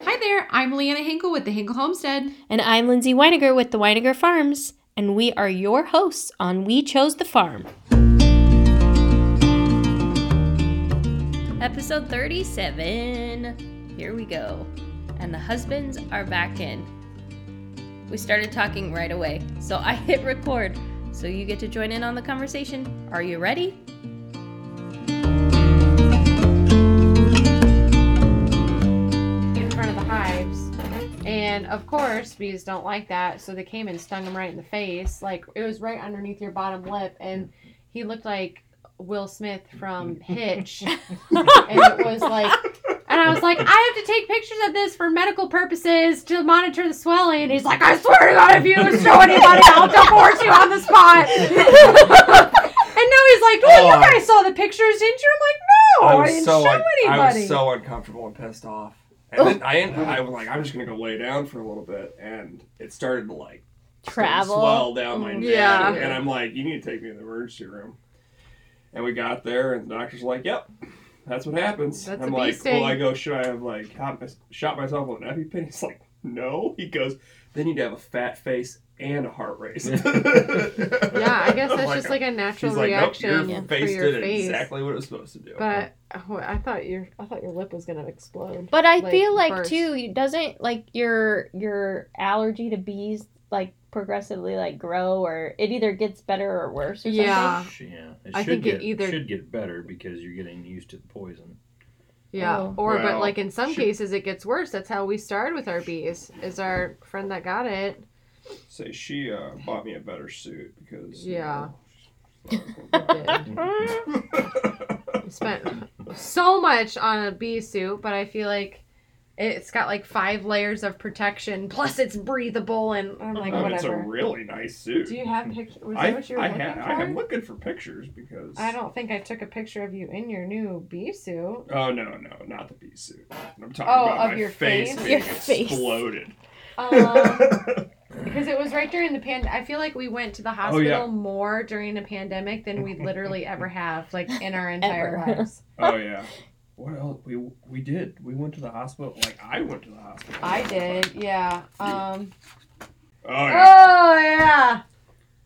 there. I'm Leanna Hinkle with the Hinkle Homestead. And I'm Lindsay Weiniger with the Weiniger Farms, and we are your hosts on We Chose the Farm. Episode 37. Here we go. And the husbands are back in. We started talking right away, so I hit record. So you get to join in on the conversation. Are you ready? in front of the hives. And of course, bees don't like that, so they came and stung him right in the face. Like it was right underneath your bottom lip, and he looked like Will Smith from Hitch. and it was like, and I was like, I have to take pictures of this for medical purposes to monitor the swelling. And he's like, I swear to God, if you show anybody, I'll divorce you on the spot. and now he's like, Well, Oh, you I- guys saw the pictures, didn't you? I'm like, No, I, didn't show un- anybody. I was so uncomfortable and pissed off. And then I, ended, I was like, I'm just gonna go lay down for a little bit, and it started to like start to swell down my neck, Mm, Yeah. and I'm like, you need to take me to the emergency room. And we got there, and the doctor's like, yep, that's what happens. That's a I'm bee like, sting. well, I go, should I have like shot, my- shot myself with an EpiPen? He's like, no. He goes, then you'd have a fat face and a heart race. yeah, Yeah, I I guess that's just like a natural He's like, nope, reaction your for face your did face. exactly what it was supposed to do. But oh, I thought your I thought your lip was gonna explode. But I like, feel like burst. too, it doesn't like your your allergy to bees like progressively like grow or it either gets better or worse or something. Yeah. Sh- Yeah, it Uh, I should think it get, either- should get better because you're getting used to the poison. Yeah. Oh. Or but Well, like in some shoot. cases it gets worse. That's how we started with our bees. Is our friend that got it? say she uh, bought me a better suit because Yeah. you know, We spent so much on a bee suit, but I feel like it's got like five layers of protection. Plus it's breathable, and I'm like I mean, Oh, it's a whatever. really nice suit. Do you have pictures? Was I, that what you were I, looking ha- for? I am looking for pictures because I don't think I took a picture of you in your new bee suit. Oh no no not the bee suit. I'm talking Oh, about of my your face, face? being Your face. exploded. Um, because it was right during the pand. I feel like we went to the hospital Oh, yeah. more during the pandemic than we literally ever have, like in our entire Ever. lives. oh yeah. What else? We we did. We went to the hospital. Like I went to the hospital. I did, yeah. Um, Oh oh yeah. yeah.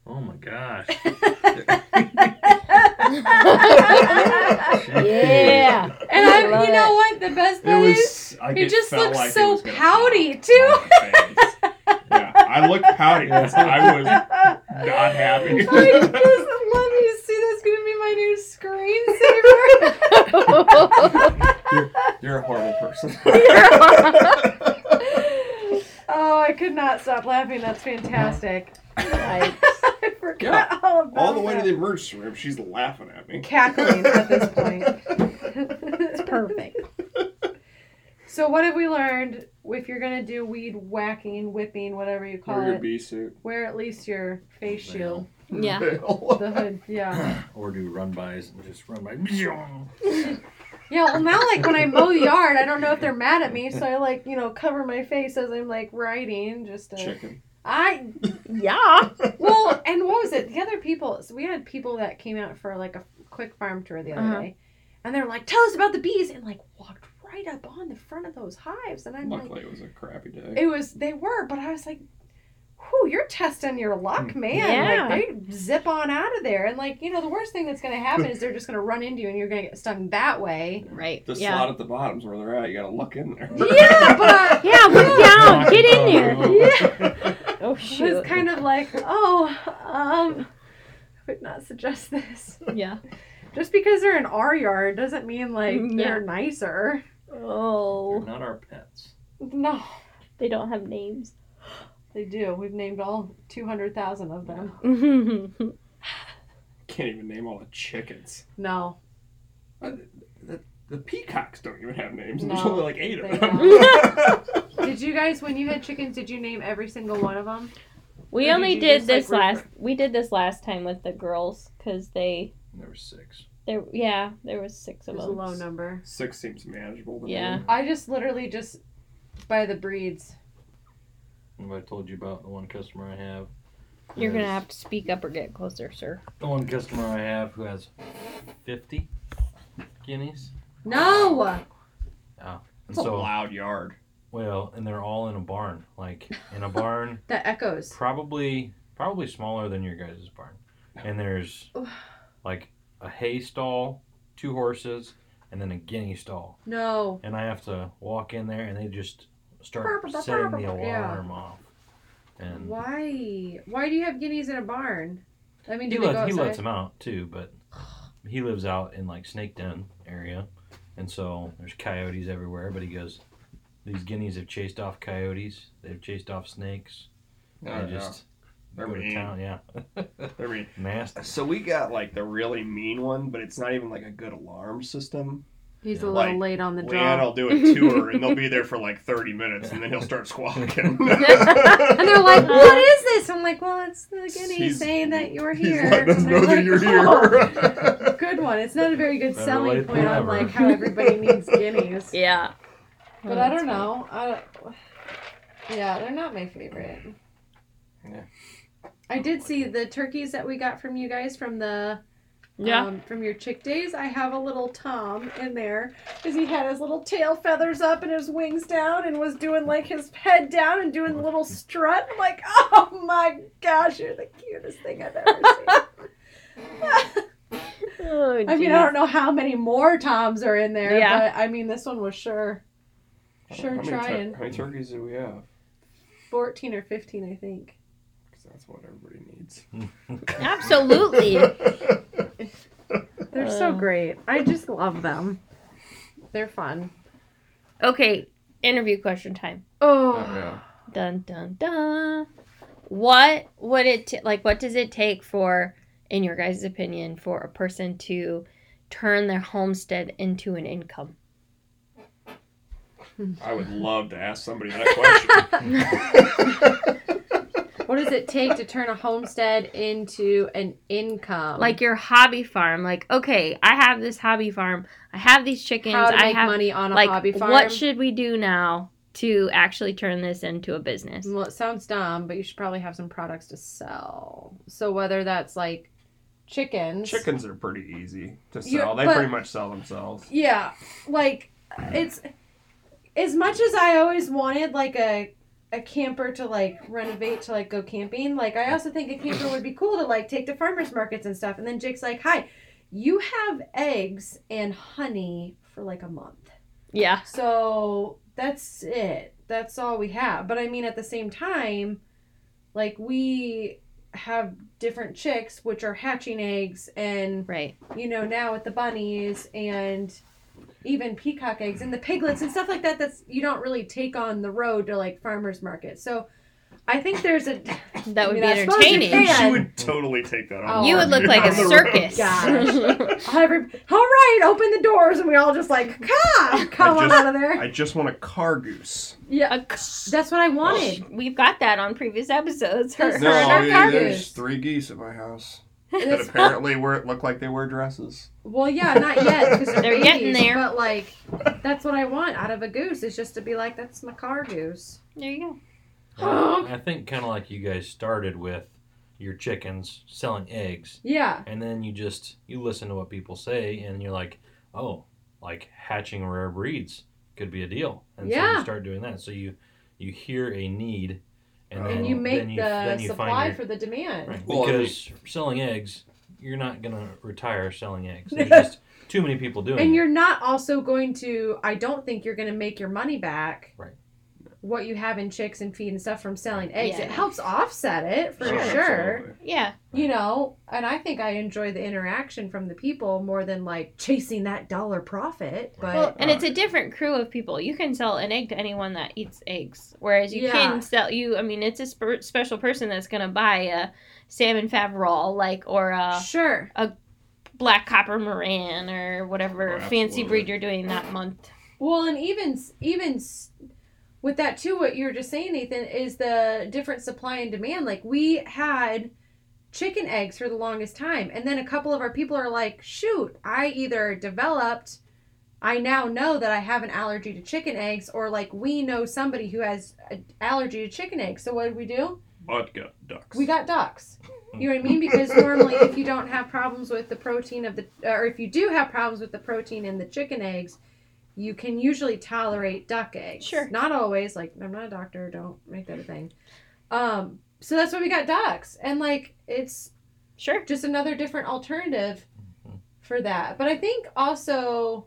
Oh my gosh. Yeah. And I I, love you know what? The best It part is was. I you it just felt look like it so was gonna pouty, pop too. my face. yeah, I looked pouty. 'cause I was not happy. I just love you. See, that's gonna be my new screensaver. you're, you're a horrible person. oh, I could not stop laughing. That's fantastic. I forgot all about All the way that. to the emergency room, she's laughing at me. cackling at this point. it's perfect. So what have we learned? If you're gonna do weed whacking, whipping, whatever you call Wear your it, bee suit. wear at least your face shield, Yeah. the hood. Yeah. or do run bys and just run by. Yeah. Well, now like when I mow the yard, I don't know if they're mad at me, so I like you know cover my face as I'm like riding. Just to, Chicken. I Yeah. well, and what was it? The other people. So we had people that came out for like a quick farm tour the other Uh-huh. day, and they're like, "Tell us about the bees," and like walked right up on the front of those hives, and I'm like, Luckily, it was a crappy day. it was they were, but I was like, "Whew, you're testing your luck, man! Yeah. Like they zip on out of there, and like you know the worst thing that's gonna happen is they're just gonna run into you, and you're gonna get stung that way." Right. The yeah. slot at the bottom's where they're at. You gotta look in there. Yeah, but Yeah, look down. Get in there. Oh it was kind of like, oh, um, I would not suggest this. Yeah. Just because they're in our yard doesn't mean like Yeah. they're nicer. Oh. Not our pets. No, They don't have names. they do. We've named all two hundred thousand of them. yeah. Can't even name all the chickens. No, Uh, The peacocks don't even have names. and No, There's only like eight of they them. did you guys when you had chickens? Did you name every single one of them? Or We did only you did just, like, this root last we did this last time with the girls cuz they There were six. there yeah, there was 6 It of was a them. low number. Six seems manageable. to Yeah. me. I just literally just by the breeds. Have I told you about the one customer I have? You're going to Yes. have to speak up or get closer, sir. The one customer I have who has 50 guineas. No. And It's a so loud yard. Well, and they're all in a barn, like in a barn, That echoes. probably probably smaller than your guys' barn. And there's like a hay stall, two horses, and then a guinea stall. No. And I have to walk in there, and they just start setting the Yeah. alarm off. And Why? Why do you have guineas in a barn? I mean, do he they go lets he outside? lets him out too, but he lives out in like Snake Den area, and so there's coyotes everywhere. But he goes, these guineas have chased off coyotes. They've chased off snakes. I they just Oh, They're go to mean. town. Yeah, I mean, nasty. so we got like the really mean one, but it's not even like a good alarm system. He's a Yeah. little Like, late on the Leanne draw. will do a tour, and they'll be there for like 30 minutes, and then he'll start squawking. And they're like, "What is this?" I'm like, "Well, it's the guinea He's- saying that you're He's here." letting us And know I'm that like, you're "Oh, here. Good one. It's not a very good Better selling late than point on never. like how everybody needs guineas. Yeah. But I don't know. I don't... Yeah, they're not my favorite. Yeah. I did see the turkeys that we got from you guys from the Yeah. um, from your chick days. I have a little Tom in there because he had his little tail feathers up and his wings down and was doing like his head down and doing the little strut. I'm like, oh my gosh, you're the cutest thing I've ever seen. Oh, I mean, I don't know how many more Toms are in there, Yeah. but I mean, this one was sure, How sure many tur- trying. how many turkeys do we have? 14 or 15, I think. 'Cause that's what everybody needs. Absolutely. They're so Oh. great. I just love them. They're fun. okay. Interview question time. Oh, yeah. Dun dun dun. What would it t- like? What does it take for, in your guys' opinion, for a person to turn their homestead into an income? I would love to ask somebody that question. what does it take to turn a homestead into an income? Like your hobby farm. Like, okay, I have this hobby farm. I have these chickens. how to I make have money on a like hobby farm? what should we do now to actually turn this into a business? well, it sounds dumb, but you should probably have some products to sell. So whether that's like chickens, Chickens are pretty easy to sell. You're- they but- pretty much sell themselves. yeah like it's as much as i always wanted like a a camper to like renovate to like go camping like i also think a camper would be cool to like take to farmers markets and stuff and then jake's like hi you have eggs and honey for like a month Yeah. so that's it that's all we have but i mean at the same time like we have different chicks which are hatching eggs and Right. you know, now with the bunnies and even peacock eggs and the piglets and stuff like that that's you don't really take on the road to like farmers market. So I think there's a That would I mean, I be suppose you entertaining. can. She would totally take that on. Oh, You would look like a Oh, circus. gosh. every, all right, open the doors and we all just like come come on just- out of there. I just want a car goose. yeah, A c- that's what I wanted. We've got that on previous episodes. That's Her- No, her and I our mean, car there's- goose. three geese at my house that That's- apparently were look like they wear dresses. well, yeah, not yet because They're getting there. But like, that's what I want out of a goose is just to be like, that's my car goose. There you go. I think kind of like you guys started with your chickens selling eggs, Yeah, and then you just you listen to what people say, and you're like, oh, like hatching rare breeds could be a deal, and so Yeah. you start doing that. So you you hear a need, and, Oh. then, and you make then you, the then you supply find your, for the demand. Right, Well, I mean- because selling eggs, you're not gonna retire selling eggs. There's just too many people doing And it. you're not also going to, I don't think you're going to make your money back. Right. What you have in chicks and feed and stuff from selling eggs. Yeah. It helps offset it for sure. Oh, absolutely. Yeah. You know, and I think I enjoy the interaction from the people more than like chasing that dollar profit. But Right. Well, and it's a different crew of people. You can sell an egg to anyone that eats eggs, whereas you Yeah. can sell you. I mean, it's a sp- special person that's gonna buy a salmon faverol, like or a sure. black copper moran or whatever Oh, fancy absolutely. breed you're doing that month. Well, and even even s- with that too, what you were just saying, Nathan, is the different supply and demand. Like we had chicken eggs for the longest time, and then a couple of our people are like, "Shoot, I either developed." I now know that I have an allergy to chicken eggs, or like we know somebody who has an allergy to chicken eggs. So what did we do? But got ducks. We got ducks. You know what I mean? Because normally, if you don't have problems with the protein of the, or if you do have problems with the protein in the chicken eggs, you can usually tolerate duck eggs. Sure. Not always. Like I'm not a doctor. Don't make that a thing. Um. So that's why we got ducks, and like it's Sure. just another different alternative Mm-hmm. for that. But I think also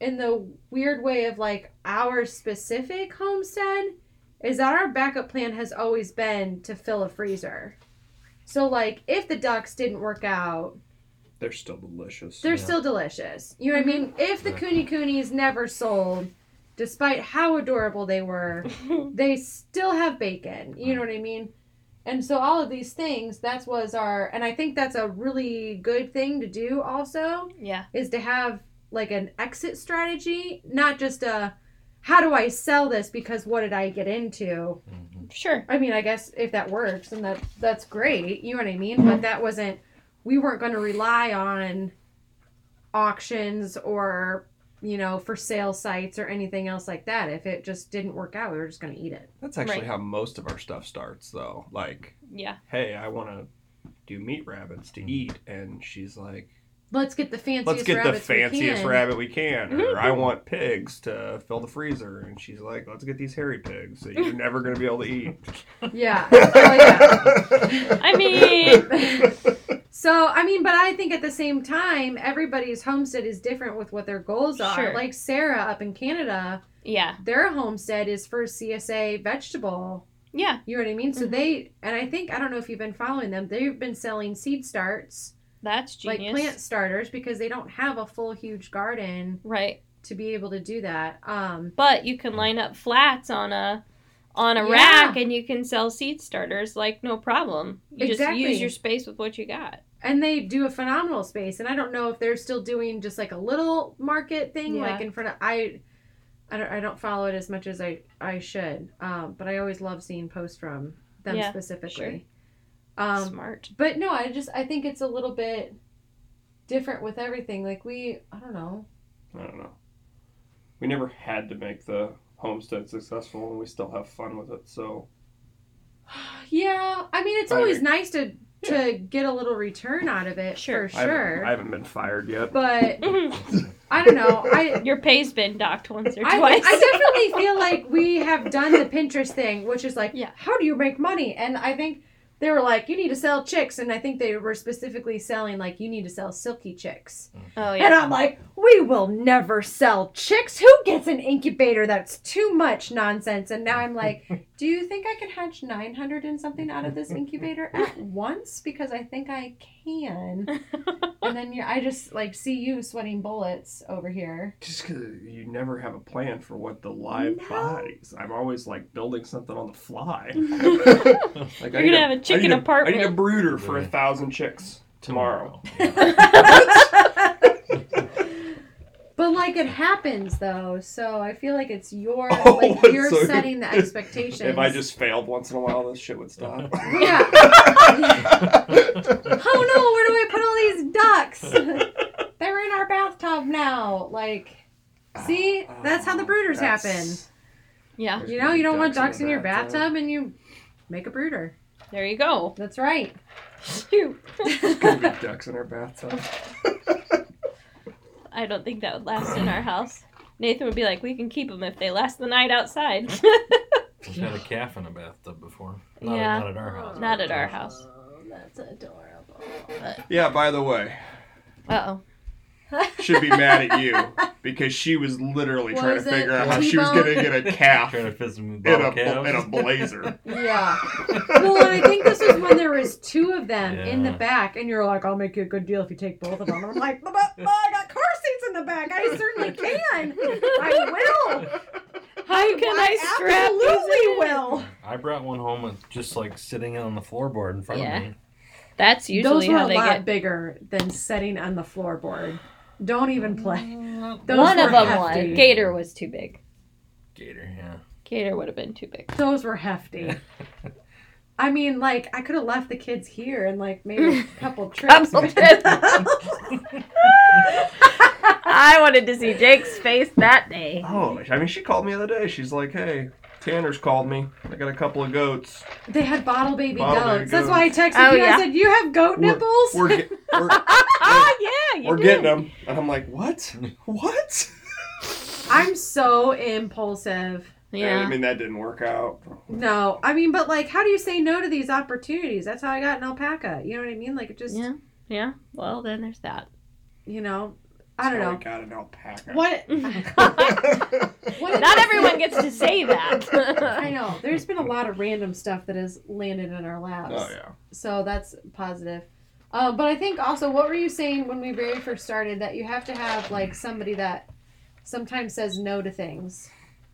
in the weird way of like our specific homestead is that our backup plan has always been to fill a freezer. So like if the ducks didn't work out, They're still delicious. they're Yeah. still delicious. You know what I mean? If the Yeah. Cooney Coonies never sold, despite how adorable they were, they still have bacon. You know what I mean? And so all of these things, that was our, and I think that's a really good thing to do also, Yeah. is to have like an exit strategy, not just a, how do I sell this because what did I get into? Mhm. Sure. I mean, I guess if that works, and that that's great. You know what I mean? But that wasn't. We weren't going to rely on auctions or you know for sale sites or anything else like that. If it just didn't work out, we were just going to eat it. That's actually Right. how most of our stuff starts, though. Like, Yeah. hey, I want to do meat rabbits to eat, and she's like, Let's get the fanciest. "Let's get the rabbits we fanciest can. Mm-hmm. rabbit we can," or "I want pigs to fill the freezer," and she's like, "Let's get these hairy pigs that you're never going to be able to eat." Yeah. Oh, yeah. I mean, So I mean, but I think at the same time, everybody's homestead is different with what their goals are. Sure. Like Sarah up in Canada, yeah. their homestead is for CSA vegetable Yeah. You know what I mean? So Mhm. they and I think I don't know if you've been following them. They've been selling seed starts, That's genius. like plant starters, because they don't have a full huge garden Right. to be able to do that. Um, But you can line up flats on a on a Yeah. rack and you can sell seed starters like no problem. You Exactly. just use your space with what you got. and they do a phenomenal space. And I don't know if they're still doing just like a little market thing, Yeah. like in front of I. I don't, I don't follow it as much as I, I should, um, but I always love seeing posts from them Yeah, specifically. Um, Smart. but no i just i think it's a little bit different with everything like we i don't know I don't know. We never had to make the homestead successful, and we still have fun with it. So Yeah, I mean it's I always agree. nice to to get a little return out of it Sure. for I haven't, sure. I haven't been fired yet. but Mhm. I don't know. I your pay's been docked once or I, twice. I definitely feel like we have done the Pinterest thing, which is like, Yeah. how do you make money? And I think they were like, you need to sell chicks, and I think they were specifically selling like, you need to sell silky chicks. oh And yeah. I'm like, we will never sell chicks. Who gets an incubator? That's too much nonsense. And now I'm like, do you think I could hatch 900 and something out of this incubator at once? Because I think I can. And then you, I just like see you sweating bullets over here. Just 'cause you never have a plan for what the live No. bodies. I'm always like building something on the fly. like, You're I need gonna have a I chicken need apartment. I need a brooder for a thousand chicks tomorrow. But like it happens though, so I feel like it's your Oh, like you're so- setting the expectations. If I just failed once in a while, this shit would stop. yeah. oh no, where do I put all these ducks? They're in our bathtub now. Like, see, that's how the brooders happen. That's- yeah. there's You gonna know, be you don't want the ducks in your bathtub, and you make a brooder. There you go. That's right. Phew. Oh, There's gonna be ducks in our bathtub. I don't think that would last in our house. Nathan would be like, we can keep them if they last the night outside. We've had a calf in a bathtub before. Not, Yeah. not at our house. Not at our house. That's adorable. Yeah. By the way, Uh oh. should be mad at you because she was literally What trying was to it? figure out how she was T-bone? gonna get a calf Trying in to fit some a bottle calves. in a blazer. Yeah. Well, and I think this is when there was two of them in the Yeah. back, and you're like, "I'll make you a good deal if you take both of them." And I'm like, "But, but, but I got car seats in the back. I certainly can. I will. How can I, strap these in? will. I brought one home with just like sitting on the floorboard in front Yeah. of me. That's Those usually were how a they lot get. bigger than setting on the floorboard. Don't even Mm-hmm. play. Those Mm, One were of them hefty. was. Gator was too big. Gator, yeah. Gator would have been too big. Those were hefty. I mean, like I could have left the kids here and like made a couple trips. Couple trips. I wanted to see Jake's face that day. Oh, I mean, she called me the other day. She's like, "Hey, Tanner's called me. I got a couple of goats. they had bottle baby Bottle goats. baby That's why I texted Oh, you. yeah. I said, "You have goat We're- nipples." We're ge- we're, Oh yeah, you we're did. getting them." And I'm like, "What? What?" I'm so impulsive. And, I Yeah. mean, that didn't work out. No, I mean, but like, how do you say no to these opportunities? That's how I got an alpaca. You know what I mean? Like, it just, Yeah. Yeah. Well, then there's that. you know, I don't That's how know. We got an alpaca. What? what Not everyone gets to say I that. know. There's been a lot of random stuff that has landed in our laps. oh yeah. So that's positive. Uh, but I think also, what were you saying when we very first started that you have to have like somebody that sometimes says no to things?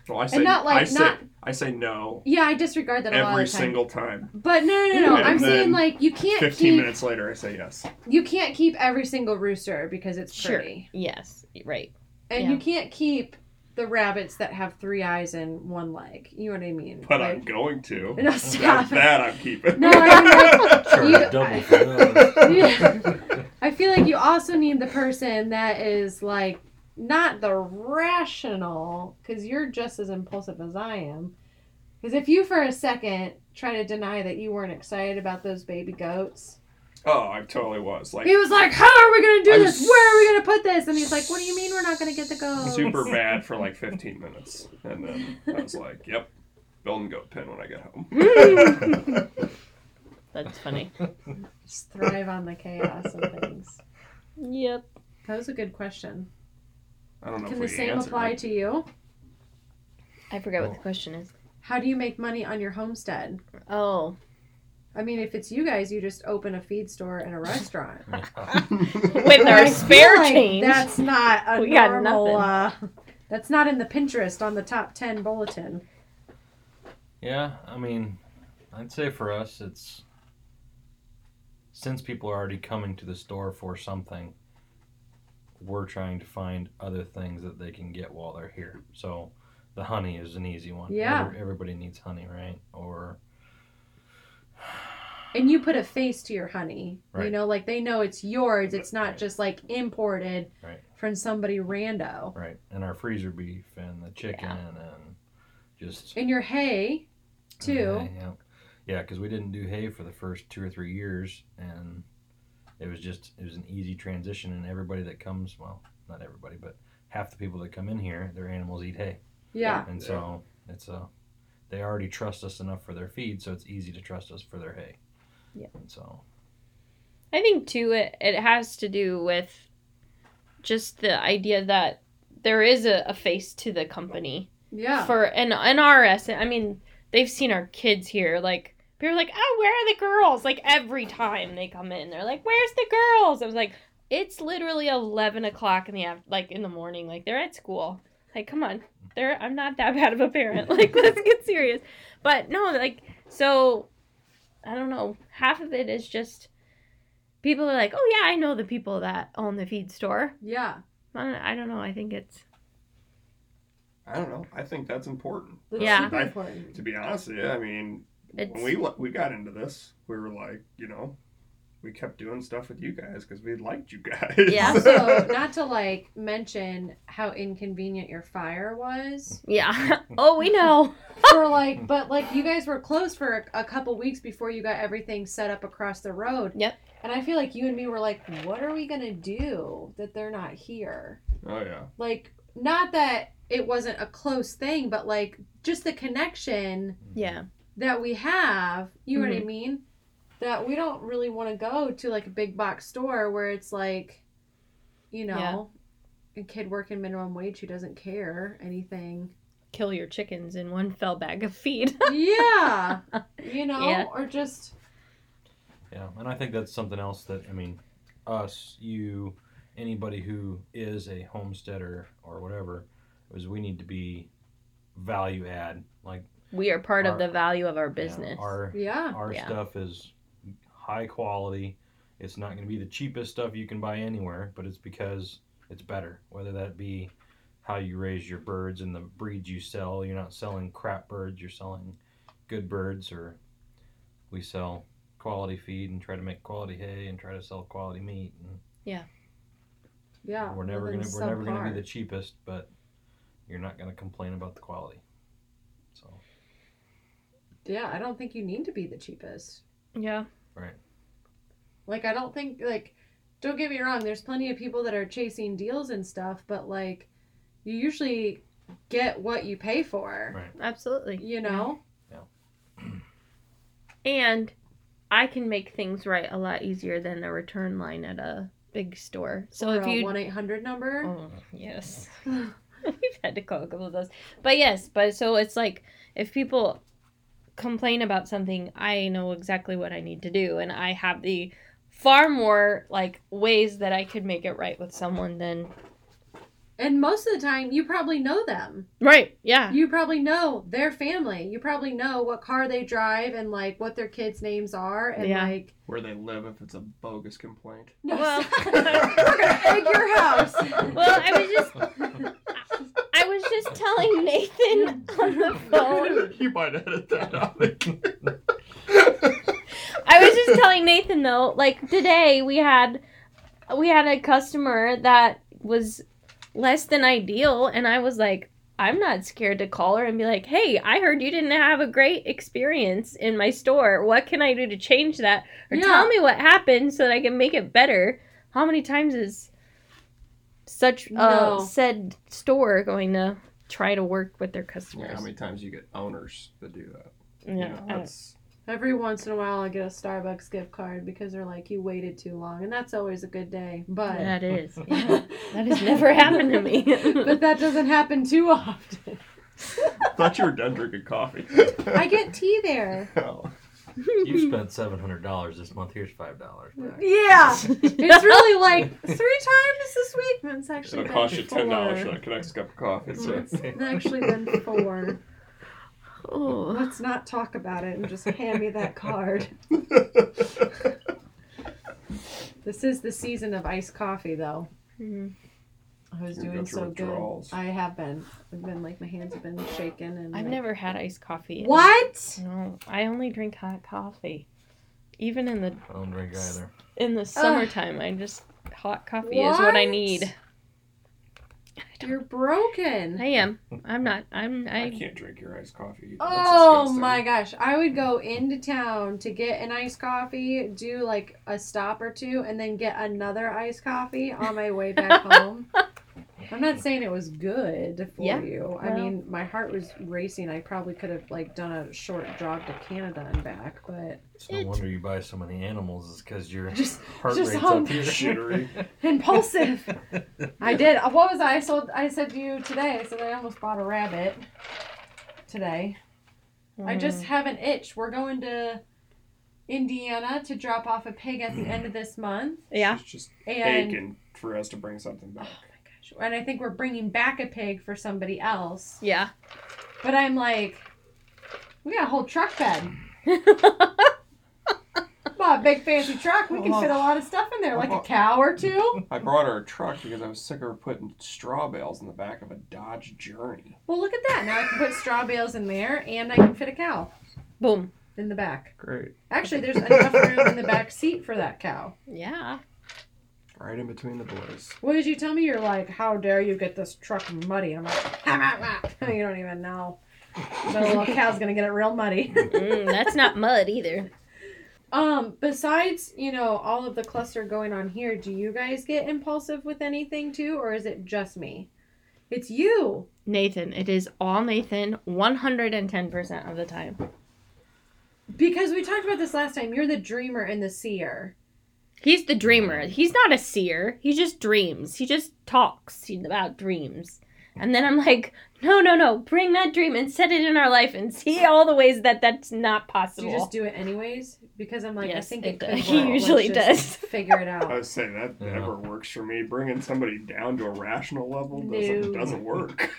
Well, I say And not like, I say not- I say no Yeah, I disregard that a lot every of the time. single time. But no, no, no, no. And I'm then saying like you can't Fifteen keep minutes later, I say yes. you can't keep every single rooster because it's Sure. pretty, Yes. Right. and Yeah. you can't keep the rabbits that have three eyes and one leg. You know what I mean? But Like- I'm going to. No, stop That, it. that I'm keeping. No, I Charge You- double for those. I feel like you also need the person that is like not the rational, because you're just as impulsive as I am. Because if you for a second try to deny that you weren't excited about those baby goats, oh, I totally was. Like, he was like, "How are we gonna do I'm this? Where are we gonna put this?" And he's like, "What do you mean we're not gonna get the goats?" super bad for like 15 minutes. And then I was like, yep, building goat pen when I get Mm. home. That's funny. Just thrive on the chaos of things. Yep. That was a good question. I don't know Can if the we same answered apply it. to you? I forgot what the question is. How do you make money on your homestead? Oh. I mean, if it's you guys, you just open a feed store and a restaurant. With I our feel spare like change. That's not a We got normal. Uh, that's not in the Pinterest on the top ten bulletin. Yeah, I mean, I'd say for us, it's since people are already coming to the store for something, we're trying to find other things that they can get while they're here. So the honey is an easy one. Yeah. Every- everybody needs honey, right? Or And you put a face to your honey. You Right. know, like they know it's yours. It's not Right. just like imported Right. from somebody rando. right, and our freezer beef and the chicken Yeah. and just And your hay, too. Yeah, yeah, because we didn't do hay for the first two or three years, and it was just it was an easy transition. And everybody that comes, well, not everybody, but half the people that come in here, their animals eat hay, Yeah. and so it's a they already trust us enough for their feed, so it's easy to trust us for their hay. Yeah. And so I think too it, it has to do with just the idea that there is a, a face to the company Yeah. for and an RS. I mean, they've seen our kids here. Like people are like, "Oh, where are the girls?" Like every time they come in, they're like, "Where's the girls?" I was like, "It's literally eleven o'clock in the af- like in the morning. Like they're at school. Like come on, they're I'm not that bad of a parent. Like let's get serious." But no, like so, I don't know. Half of it is just people are like, "Oh yeah, I know the people that own the feed store." yeah. I don't, I don't know. I think it's I don't know. I think that's important. That's Yeah. super I- important. To be honest with you, I mean, it's when we le- we got into this, we were like, you know, we kept doing stuff with you guys because we liked you guys. Yeah. also, not to like mention how inconvenient your fire was. yeah. oh, we know. for like but like you guys were closed for a, a couple weeks before you got everything set up across the road Yep. and i feel like you and me were like what are we gonna do that they're not here oh yeah. like not that it wasn't a close thing but like just the connection Yeah. that we have you know what i Mhm. mean that we don't really want to go to like a big box store where it's like you know a kid working minimum wage who doesn't care anything kill your chickens in one fell bag of feed. yeah you know Yeah. or just Yeah, and I think that's something else that I mean, us, you, anybody who is a homesteader or whatever, is we need to be value add. Like We are part of Our- the value of our yeah, business. our yeah our Yeah. stuff is high quality. It's not going to be the cheapest stuff you can buy anywhere, but it's because it's better. Whether that be how you raise your birds and the breeds you sell, you're not selling crap birds, you're selling good birds, or we sell quality feed and try to make quality hay and try to sell quality meat. And Yeah. we're never gonna we're never gonna be the cheapest, but you're not gonna complain about the quality. So the. Yeah, I don't think you need to be the cheapest. yeah. Like, I don't think, like, don't get me wrong, there's plenty of people that are chasing deals and stuff, but, like, you usually get what you pay for. Right. Absolutely. You know? And I can make things right a lot easier than a return line at a big store. So if you one eight hundred number. Oh, yes. We've had to call a couple of those. But yes, but so it's like if people complain about something, I know exactly what I need to do and I have the far more like ways that I could make it right with someone than And most of the time you probably know them. Right. Yeah. You probably know their family. You probably know what car they drive and like what their kids' names are and Yeah. like Where they live if it's a bogus complaint. Well- at your house. Well, I was just I was just telling Nathan on the phone you might edit that out. I was just telling Nathan though, like today we had we had a customer that was less than ideal and I was like I'm not scared to call her and be like, "Hey, I heard you didn't have a great experience in my store. What can I do to change that? Or Yeah. tell me what happened so that I can make it better." How many times is such No. uh, said store going to try to work with their customers? How many times you get owners that do that? Yeah, You I know, don't- that's Every once in a while I get a Starbucks gift card because they're like, You waited too long and that's always a good day. But that is. yeah. That has never happened to me. but that doesn't happen too often. thought you were done drinking coffee. I get tea there. Oh. You've spent seven hundred dollars this month. Here's five dollars. Yeah. It's really like three times this week. and It's actually It'll been cost you ten dollars for four. that Canucks cup of coffee. So. It's actually been four. Oh. Let's not talk about it and just hand me that card. This is the season of iced coffee, though. Mm-hmm. Mhm. I was You're doing going through so good. withdrawals. I have been. I've been like my hands have been shaking and. I've like- never had iced coffee. and- What? No, I only drink hot coffee. Even in the I don't drink either. in the summertime, I just hot coffee is what I What? need. You're broken. I am. I'm not. I'm. I I. can't drink your iced coffee. Either. That's Oh disgusting. my gosh. I would go into town to get an iced coffee, do like a stop or two, and then get another iced coffee on my way back home. I'm not saying it was good for Yeah. you. I Well- mean, my heart was racing. I probably could have like done a short jog to Canada and back, but It's no It- wonder you buy so many animals. Is because your Just- heart just rate's hung- up here. Shittery. impulsive. I did. uh, What was I? I sold? I said to you today. I said I almost bought a rabbit today. I just have an itch. We're going to Indiana to drop off a pig at the end of this month, Yeah. It's just and aching for us to bring something back. and I think we're bringing back a pig for somebody else. Yeah. But I'm like, we got a whole truck bed. Bought a big fancy truck. We can fit a lot of stuff in there, like a cow or two. I brought her a truck because I was sick of her putting straw bales in the back of a Dodge Journey. Well, look at that. Now I can put straw bales in there, and I can fit a cow Boom. in the back. Great. Actually, there's enough room in the back seat for that cow. Yeah. Right in between the boys. What did you tell me? You're like, how dare you get this truck muddy? I'm like, you don't even know. The little cow's gonna get it real muddy. Mm, that's not mud either. um, besides, you know, all of the cluster going on here, do you guys get impulsive with anything too, or is it just me? It's you. Nathan. It is all Nathan. One hundred and ten percent of the time. Because we talked about this last time. You're the dreamer and the seer. He's the dreamer. He's not a seer. He just dreams. He just talks about dreams. And then I'm like, no, no, no. Bring that dream and set it in our life and see all the ways that that's not Do possible. you just do it anyways? Because I'm like, I Yes, think it it, could does. work. He Let's usually just does. Figure it I out. was saying that Yeah. never works for me. Bringing somebody down to a rational level doesn't No. doesn't work.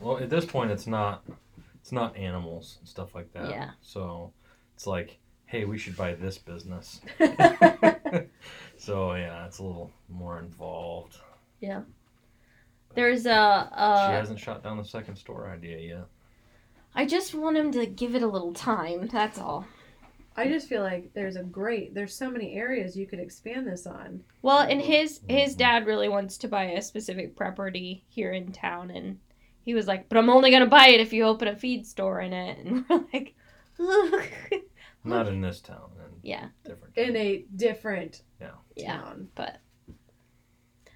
Well, at this point, it's not it's not animals and stuff like that. Yeah. So it's like, hey, we should buy this business. so yeah, it's a little more involved. There's a. a she hasn't shot down the second store idea yet. I just want him to give it a little time. That's all. I just feel like there's a great. There's so many areas you could expand this on. Well, and his his Mhm. dad really wants to buy a specific property here in town, and he was like, "But I'm only gonna buy it if you open a feed store in it." And we're like, Not in this town and "Yeah, different. in a different yeah." town. but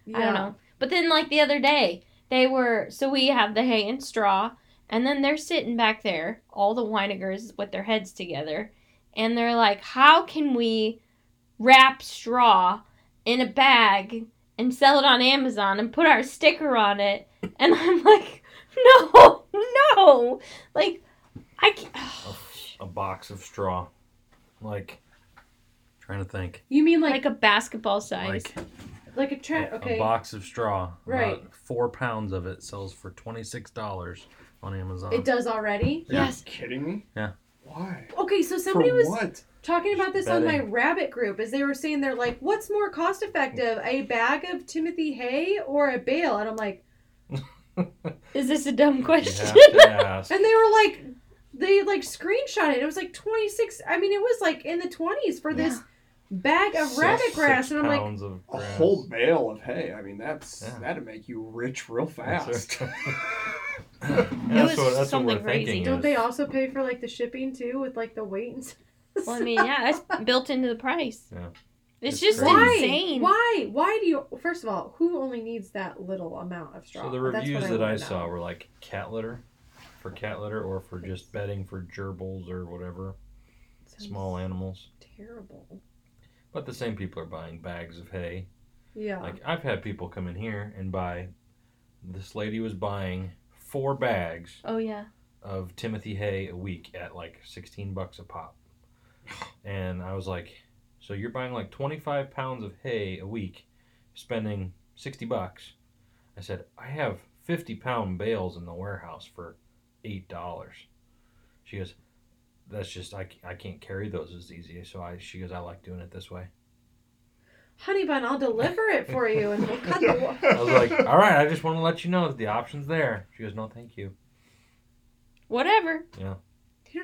Yeah. I don't know. But then, like the other day, They were so we have the hay and straw, and then they're sitting back there, all the weinigers with their heads together, and they're like, "How can we wrap straw in a bag and sell it on Amazon and put our sticker on it?" And I'm like, "No, no, like, I can't." a box of straw. Like, trying to think. You mean like Like a basketball size. Like like a tra- a, okay? a box of straw. Right. About four pounds of it sells for twenty six dollars on Amazon. It does already. Yeah. Yes. Kidding me? Yeah. Why? Okay, so somebody For was what? talking about this on my Betting. rabbit group as they were saying they're like, "What's more cost effective, a bag of Timothy hay or a bale?" And I'm like, Is this a dumb You question? have to ask. and they were like, they like screenshot it. It was like 26. I mean, it was like in the 20s for this bag of Six- rabbit six grass, and I'm like, pounds of A grass. whole bale of hay. I mean, that's Yeah. that'd make you rich real That's fast. Yeah, was something crazy. don't they also pay for like the shipping too with like the weight and stuff? Well, I mean, yeah, it's built into the price. Yeah. It's, It's just crazy. Why? insane. Why? Why do you? First of all, who only needs that little amount of straw? So the That's what reviews that wanna I know. saw were like cat litter, for cat litter, or for just bedding for gerbils or whatever Sounds small animals. Terrible. But the same people are buying bags of hay. Yeah. Like I've had people come in here and buy. This lady was buying four bags Oh yeah. of Timothy hay a week at like sixteen bucks a pop, and I was like, "So you're buying like twenty five pounds of hay a week, spending sixty bucks?" I said, "I have fifty pound bales in the warehouse for eight dollars." She goes, "That's just I, c- I can't carry those as easy." So I she goes, "I like doing it this way." honey bun, I'll deliver it for you and we'll cut the wa- I was like, all right, I just want to let you know that the option's there. She goes, no, thank you. Whatever. You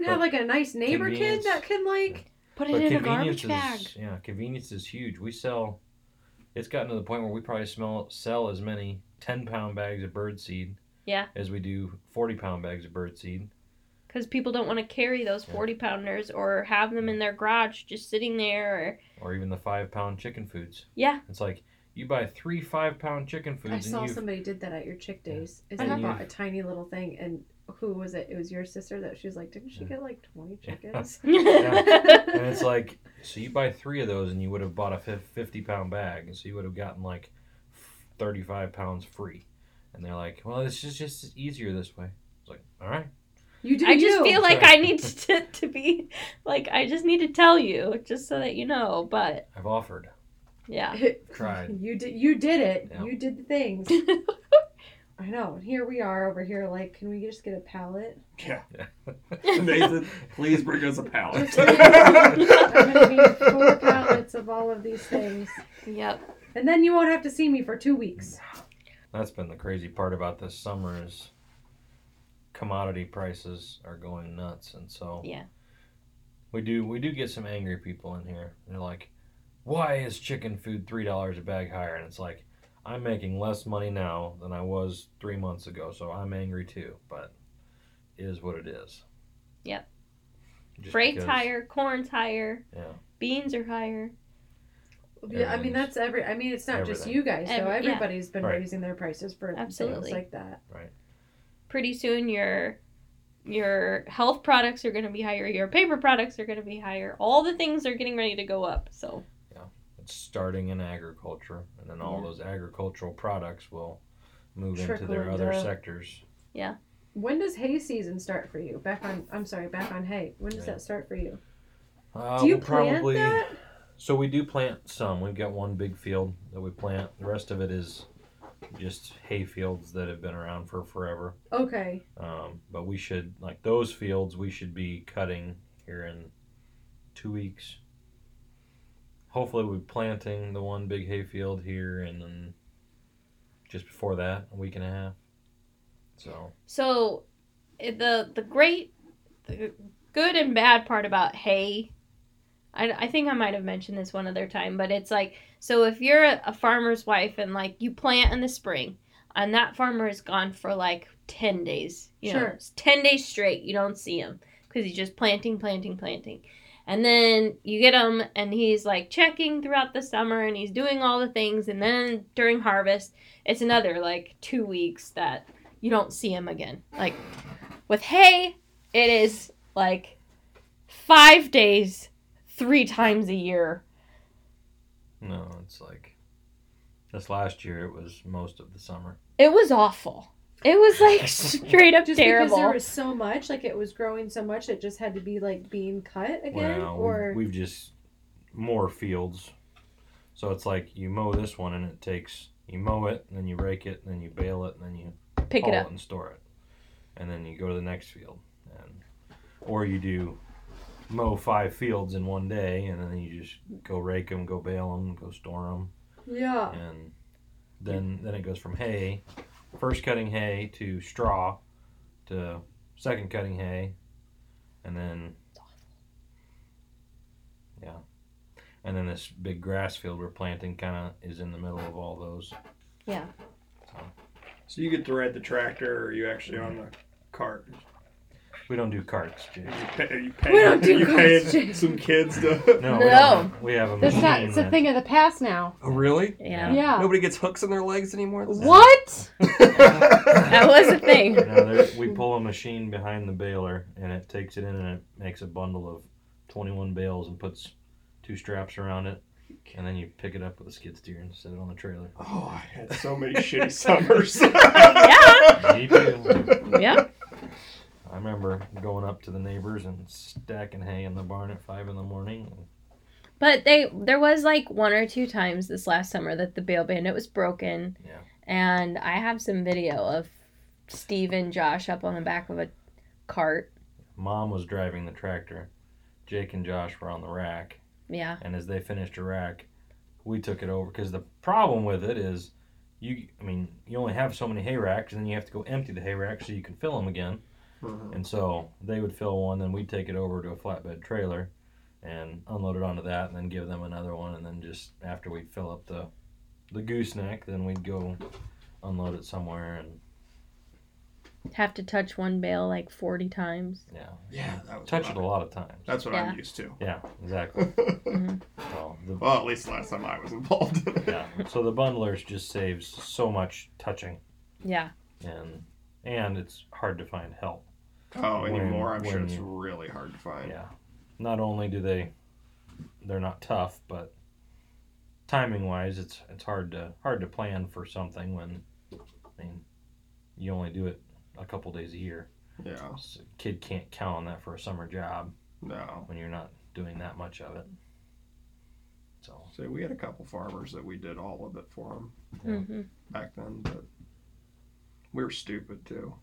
don't have like a nice neighbor kid Convenience. that can like Put it in a garbage is, bag. yeah, convenience is huge. We sell, it's gotten to the point where we probably smell, sell as many 10 pound bags of bird seed Yeah. as we do 40 pound bags of bird seed. Because people don't want to carry those Yeah. 40 pounders or have them in their garage just sitting there. Or... Or even the five pound chicken foods. Yeah. It's like you buy three five pound chicken foods I and saw you somebody did that at your chick days. Is Uh-huh. they bought a tiny little thing and who was it? It was your sister that she was like, Didn't she Yeah. get like twenty chickens? and it's like so you buy three of those and you would have bought a fif- 50 pound bag and so you would have gotten like 35 pounds free and they're like well this is just easier this way it's like all right You do I just you. feel like Sorry. I need to, to be, like, I just need to tell you just so that you know. But i've offered yeah. tried you did you did it. Yeah. You did the things. I know. And here we are over here like, can we just get a pallet? yeah. Yeah. Nathan, please bring us a pallet. Just- I'm gonna need four pallets of all of these things. Yep. And then you won't have to see me for two weeks. that's been the crazy part about this summer is commodity prices are going nuts and so Yeah. we do we do get some angry people in here they're like why is chicken food three dollars a bag higher and it's like i'm making less money now than i was three months ago so i'm angry too but it is what it is Yep. Just Freight's because- higher, corn's higher, yeah beans are higher. Yeah, I mean Everything's- that's every. I mean it's not just Everything. you guys though. Every- yeah. Everybody's been Right. raising their prices for Absolutely. things like that. pretty soon your your health products are going to be higher your paper products are going to be higher all the things are getting ready to go up so it's starting in agriculture and then all Yeah. those agricultural products will move into Trickle their other into- sectors When does hay season start for you? Back on. I'm sorry. Back on hay. When does Yeah. that start for you? uh, Do you we'll plant probably that? So we do plant some. We've got one big field that we plant. The rest of it is just hay fields that have been around for forever. Okay. Um, but we should like those fields. We should be cutting here in two weeks. Hopefully, we're planting the one big hay field here, and then just before that, a week and a half. So so eh, the the great the good and bad part about hay I, I think i might have mentioned this one other time but it's like so if you're a, a farmer's wife and like you plant in the spring and that farmer is gone for like 10 days you know Sure. it's 10 days straight you don't see him because he's just planting planting planting And then you get him, and he's like checking throughout the summer, and he's doing all the things. And then during harvest, it's another like two weeks that you don't see him again. Like with hay, it is like five days, three times a year. No, it's like this last year. It was most of the summer. It was awful. It was like straight up Just terrible. because there was so much, like it was growing so much, it just had to be like being cut again, well, or we've, we've just more fields. So it's like you mow this one, and it takes you mow it, and then you rake it, and then you bale it, and then you Pick it haul Oh, up. and store it, and then you go to the next field, and or you do mow five fields in one day, and then you just go rake them, go bale them, go store them, yeah, and then then it goes from hay, first cutting hay to straw, to second cutting hay, and then yeah, and then this big grass field we're planting kind of is in the middle of all those. So you get to ride the tractor, or you actually on the cart? We don't do carts, Jake. You pay, you pay, We don't do you pay carts, Jake. some kids to. No. No, We, don't. we have a that's machine. not. It's a that- thing of the past now. Oh, really? Yeah. Yeah. Nobody gets hooks in their legs anymore. What? That was a thing. No, there- we pull a machine behind the baler, and it takes it in, and it makes a bundle of 21 bales, and puts two straps around it, and then you pick it up with a skid steer and set it on the trailer. Oh, I had so many shitty summers. Me too. Yeah. I remember going up to the neighbors and stacking hay in the barn at five in the morning. But they there was like one or two times this last summer that the bail bandit was broken. Yeah. And I have some video of Steve and Josh up on the back of a cart. Mom was driving the tractor. Jake and Josh were on the rack, Yeah. and as they finished a rack, we took it over because the problem with it is you I mean you only have so many hay racks and then you have to go empty the hay racks so you can fill them again and so they would fill one then we'd take it over to a flatbed trailer and unload it onto that and then give them another one and then just after we'd fill up the the gooseneck then we'd go unload it somewhere and Have to touch one bale like 40 times. yeah yeah, that was touch it rough. a lot of times That's what Yeah. I'm used to. yeah exactly so the, well, at least last time I was involved in it. yeah so the bundlers just saves so much touching Yeah. and and it's hard to find help Oh, When- anymore, I'm sure when it's you- really hard to find. Yeah. Not only do they they're not tough, but timing wise it's it's hard to hard to plan for something when I mean you only do it a couple days a year. yeah. So a kid can't count on that for a summer job No. when you're not doing that much of it. So So we had a couple farmers that we did all of it for them Yeah. Mm-hmm. back then, but we were stupid too.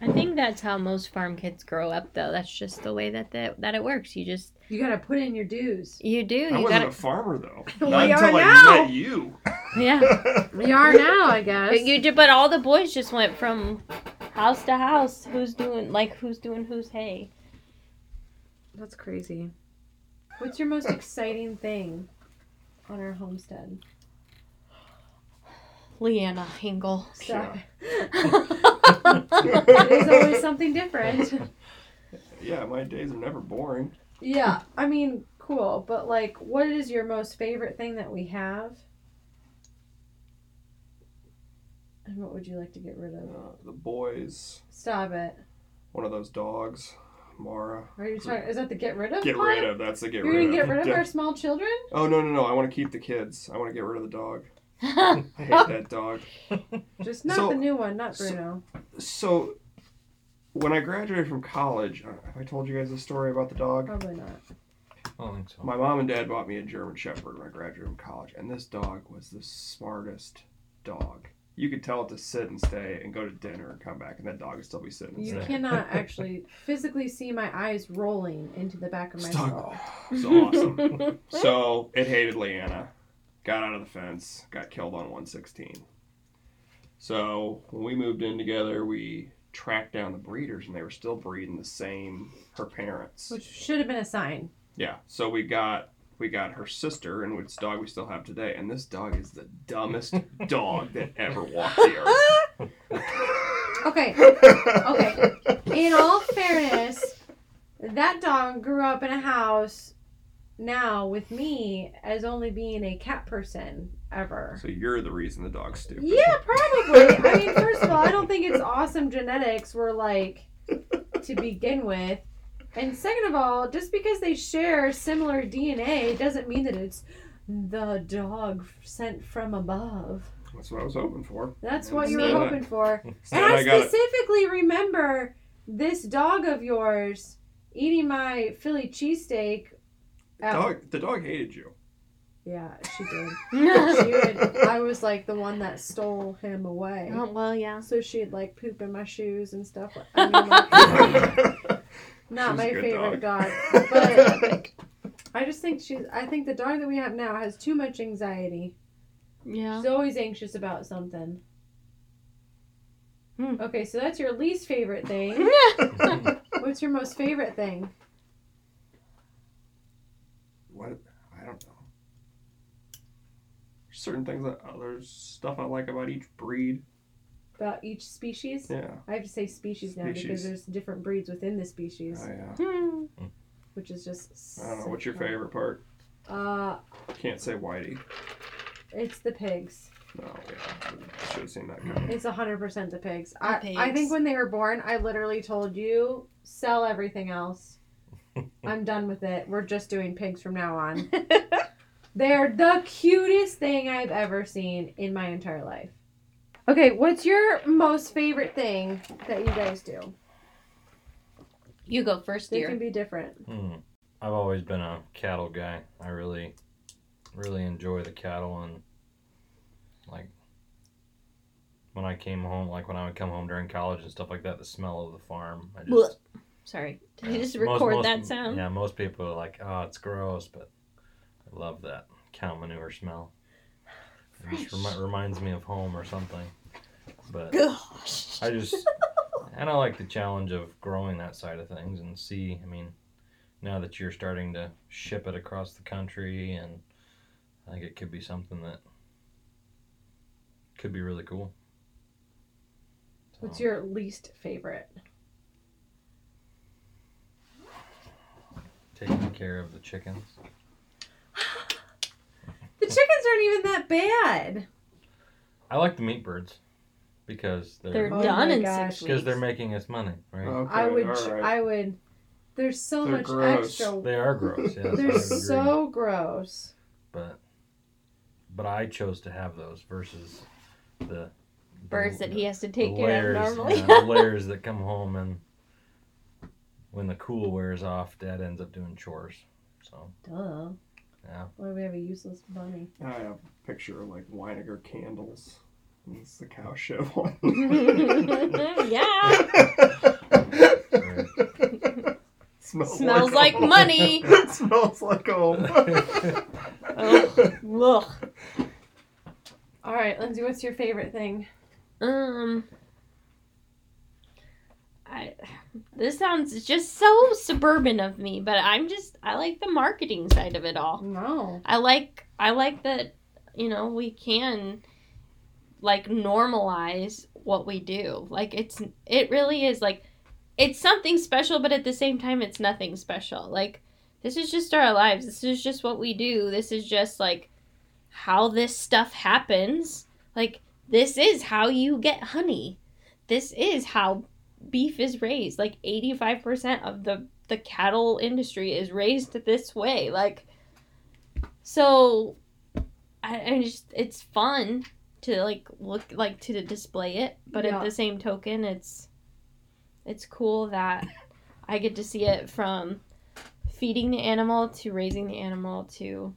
I think that's how most farm kids grow up though. That's just the way that that, that it works. You just You gotta put in your dues. you do. I You wasn't gotta a farmer though. We Not are until now. I met you. Yeah. We are now, I guess. But you did, but all the boys just went from house to house. Who's doing like who's doing who's hay? That's crazy. What's your most exciting thing on our homestead? Leanna Hingle. Oh, Stop. Yeah. There's always something different. yeah, my days are never boring. Yeah, I mean, cool, but like, what is your most favorite thing that we have? And what would you like to get rid Uh, of? the boys, Stop it. one of those dogs, Mara. Are you trying? Is that the get rid of? Get part? rid of. That's the get You're rid gonna of. get rid of Yeah. our small children? Oh no no no! I want to keep the kids. I want to get rid of the dog. I hate Oh. that dog. Just not So- the new one, not so- Bruno. So, when I graduated from college, uh, have I told you guys the story about the dog? Probably not. I don't think so. My mom and dad bought me a German Shepherd when I graduated from college, and this dog was the smartest dog. You could tell it to sit and stay and go to dinner and come back, and that dog would still be sitting and You staying. cannot actually physically see my eyes rolling into the back of my This skull. dog was awesome. so it hated Leanna, got out of the fence, got killed on 116. So when we moved in together, we tracked down the breeders, and they were still breeding the same her parents. Which should have been a sign. Yeah. So we got we got her sister and which dog we still have today, and this dog is the dumbest dog that ever walked the earth. Okay, okay. In all fairness, that dog grew up in a house now with me as only being a cat person ever. So you're the reason the dog's stupid. Yeah, probably. I mean, first of all, I don't think it's awesome genetics were like to begin with. And second of all, just because they share similar DNA doesn't mean that it's the dog sent from above. That's what I was hoping for. That's what you Instead were I- hoping for. instead And I I got it. specifically remember this dog of yours eating my Philly cheesesteak. at- Dog, the dog hated you. Yeah, she did. oh, She did. I was like the one that stole him away. well, yeah. So she'd like poop in my shoes and stuff. I mean, like, She's a not my good favorite dog. But- I just think she's. I think the dog that we have now has too much anxiety. Yeah. She's always anxious about something. Hmm. Okay, so that's your least favorite thing. What's your most favorite thing? what? I don't know. Certain things that other stuff I like about each breed. About each species? Yeah. I have to say species now because Species. there's different breeds within the Oh, species, yeah. Hmm. which is just. I don't know. What's your such a- favorite part? Uh, Can't say whitey. it's the pigs. No, yeah. I should have seen that coming. It's 100% the pigs. I, I pigs. think when they were born, I literally told you, sell everything else. I'm done with it. We're just doing pigs from now on. They're the cutest thing I've ever seen in my entire life. Okay, what's your most favorite thing that you guys do? You go first, They dear. can be different. Hmm. I've always been a cattle guy. I really, really enjoy the cattle and like when I came home, like when I would come home during college and stuff like that, the smell of the farm. I Blech. just, Sorry. Did yeah. you just Most- record most- that sound? Yeah, most people are like, "Oh, it's gross," but I love that cow manure smell. It just Fresh. remi- reminds me of home or something. But Gosh. I just and I like the challenge of growing that side of things and see. I mean, now that you're starting to ship it across the country, and I think it could be something that could be really cool. What's Um, So, your least favorite? taking care of the chickens? The chickens aren't even that bad. I like the meat birds because They're they're Oh done my in gosh. six because weeks. they're making us money, right? Okay, I would. all right. I would. There's so They're much gross. extra. They are gross. Yes, I They're agree. so gross. but but I chose to have those versus the birds the- that he has to the take care of normally. yeah, the layers that come home and when the cool wears off, Dad ends up doing chores. So Duh. yeah, Why do we have a useless bunny? I have a picture of like Weiniger candles. And It's the cow shit one. yeah. smells, Smells like home. money. smells like home. Oh, look. All right, Lindsay, what's your favorite thing? Um. I, this sounds just so suburban of me, but I'm just I like the marketing side of it all. No. I like I like that you know we can like normalize what we do. Like it's it really is like it's something special but at the same time it's nothing special. Like this is just our lives. This is just what we do. This is just like how this stuff happens. Like this is how you get honey. This is how beef is raised. Like 85% of the the cattle industry is raised this way. Like so I, I just it's fun to like look like to display it but Yeah. at the same token it's it's cool that i get to see it from feeding the animal to raising the animal to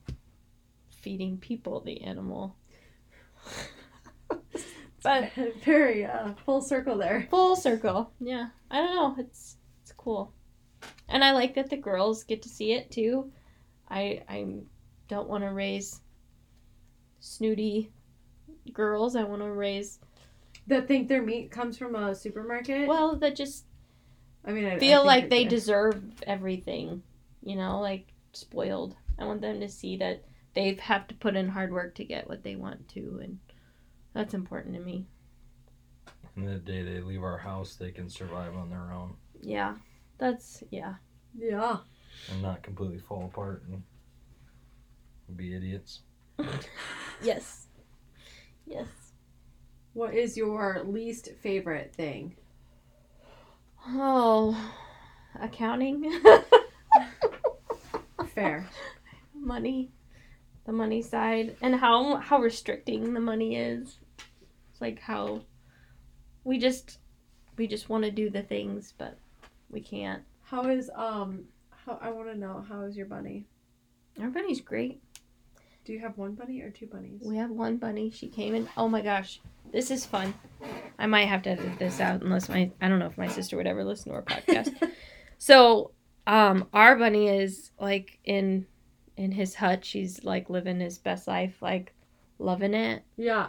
feeding people the animal but Very uh, full circle there. full circle yeah i don't know it's it's cool and i like that the girls get to see it too i i don't want to raise snooty girls i want to raise That think their meat comes from a supermarket. well that just I mean, I I feel think like they that- deserve everything you know like spoiled i want them to see that they have to put in hard work to get what they want to and that's important to me and the day they leave our house, they can survive on their own. yeah that's yeah Yeah. and not completely fall apart and be idiots. Yes. Yes. What is your least favorite thing? Oh, accounting, Fair. money, the money side, and how how restricting the money is. It's like how we just we just want to do the things, but we can't. How is um? How I want to know how is your bunny? Our bunny's great. Do you have one bunny or two bunnies? We have one bunny. She came in. Oh my gosh, this is fun. I might have to edit this out unless my I don't know if my sister would ever listen to our podcast. so, um, our bunny is like in in his hut. She's like living his best life, like loving it. yeah.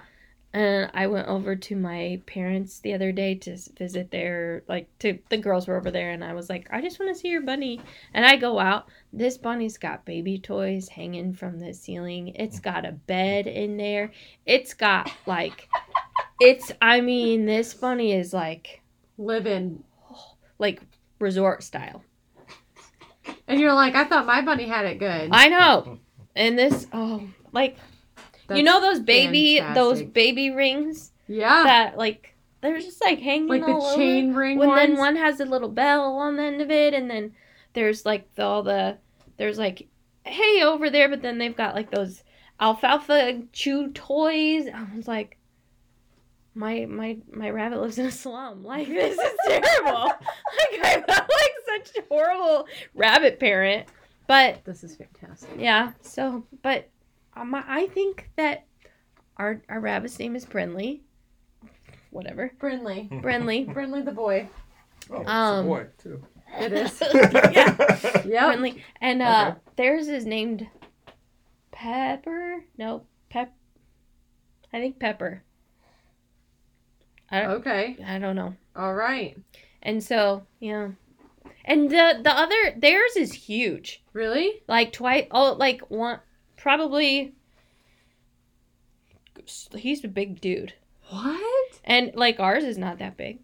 And I went over to my parents the other day to s- visit their like to the girls were over there, and I was like, I just want to see your bunny. And I go out. This bunny's got baby toys hanging from the ceiling. It's got a bed in there. It's got like, it's. I mean, this bunny is like Living. like resort style. And you're like, I thought my bunny had it good. I know. And this, oh, like you know those baby those fantastic. baby rings Yeah. that like they're just like hanging like all the over? chain ring when ones. then one has a little bell on the end of it and then there's like the, all the there's like hey over there but then they've got like those alfalfa chew toys i was like my my my rabbit lives in a slum like this is terrible like i felt like such a horrible rabbit parent but This is fantastic. yeah so but um, i think that our our rabbit's name is brinley whatever Brinley. brinley Brinley the boy. Oh, it's Um, a boy too. It is. yeah. Yep. Friendly. And uh, theirs is named Pepper. No, Pep. I think Pepper. I don't, Okay. I don't know. All right. And so yeah, and the the other theirs is huge. Really? Like twice. Oh, like one probably. He's a big dude, What? and like ours is not that big.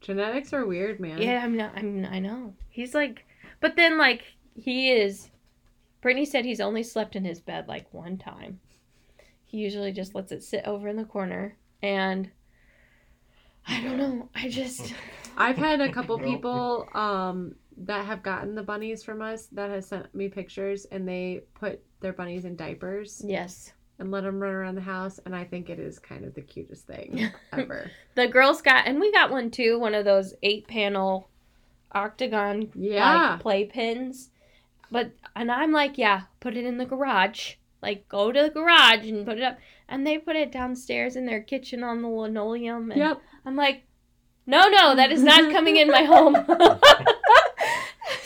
Genetics are weird, man. Yeah, I'm not. I'm. I know. He's like, but then like he is. Brittany said he's only slept in his bed like one time. He usually just lets it sit over in the corner, and I don't know. I just I've had a couple people um, that have gotten the bunnies from us that has sent me pictures, and they put their bunnies in diapers yes. and let them run around the house, and I think it is kind of the cutest thing ever. The girls got and we got one too. One of those eight panel octagon Yeah. like play pins. But and I'm like, yeah, put it in the garage. Like go to the garage and put it up. And they put it downstairs in their kitchen on the linoleum. And yep. I'm like, no, no, that is not coming in my home.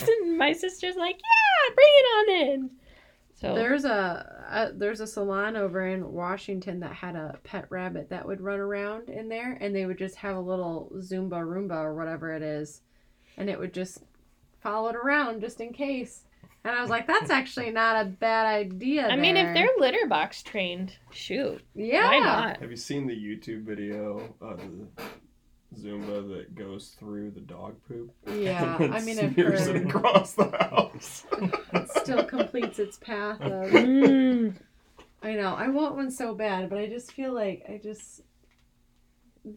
And my sister's like, yeah, bring it on in. So There's a, a there's a salon over in Washington that had a pet rabbit that would run around in there, and they would just have a little Zumba Roomba or whatever it is, and it would just follow it around just in case. And I was like, that's actually not a bad idea. I mean, there. if they're litter box trained, shoot, yeah, why not? Have you seen the YouTube video of the Zumba that goes through the dog poop? Yeah, and I mean, I've smears it heard across the house. Uh, it still completes its path of. Mm, I know, I want one so bad, but I just feel like I just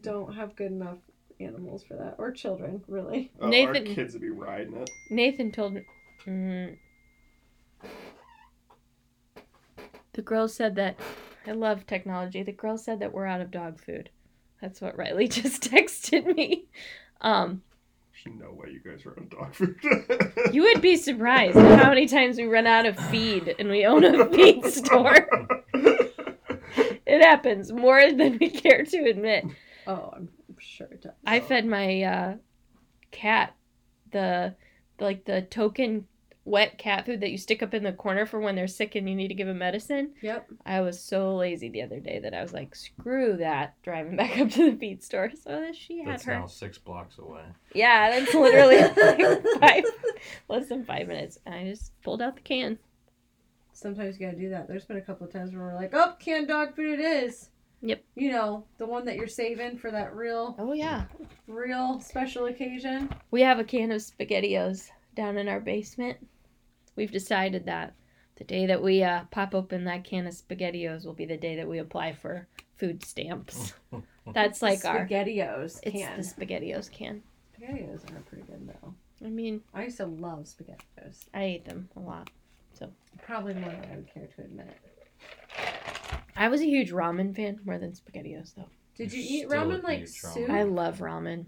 don't have good enough animals for that, or children, really. Oh, our Nathan- kids would be riding it. Nathan told me. Mm. The girl said that I love technology. The girl said that we're out of dog food. That's what Riley just texted me. Um, There's no way you guys are on dog food. You would be surprised at how many times we run out of feed and we own a feed store. It happens more than we care to admit. Oh, I'm sure it does. I fed my uh, cat the like the token wet cat food that you stick up in the corner for when they're sick and you need to give them medicine. Yep. I was so lazy the other day that I was like, screw that, driving back up to the feed store. So she had That's her. now six blocks away. Yeah, that's literally like five, less than five minutes. And I just pulled out the can. Sometimes you gotta do that. There's been a couple of times where we're like, oh, canned dog food it is. Yep. You know, the one that you're saving for that real, Oh yeah. real special occasion. We have a can of spaghettios down in our basement. We've decided that the day that we uh, pop open that can of SpaghettiOs will be the day that we apply for food stamps. That's like our spaghettios can. it's the SpaghettiOs can. spaghettios are pretty good though. I mean, I used to love spaghettios. I ate them a lot. Probably more than I would care to admit. I was a huge ramen fan more than SpaghettiOs though. Did you You're eat still ramen a like huge soup? I I, ramen. love ramen.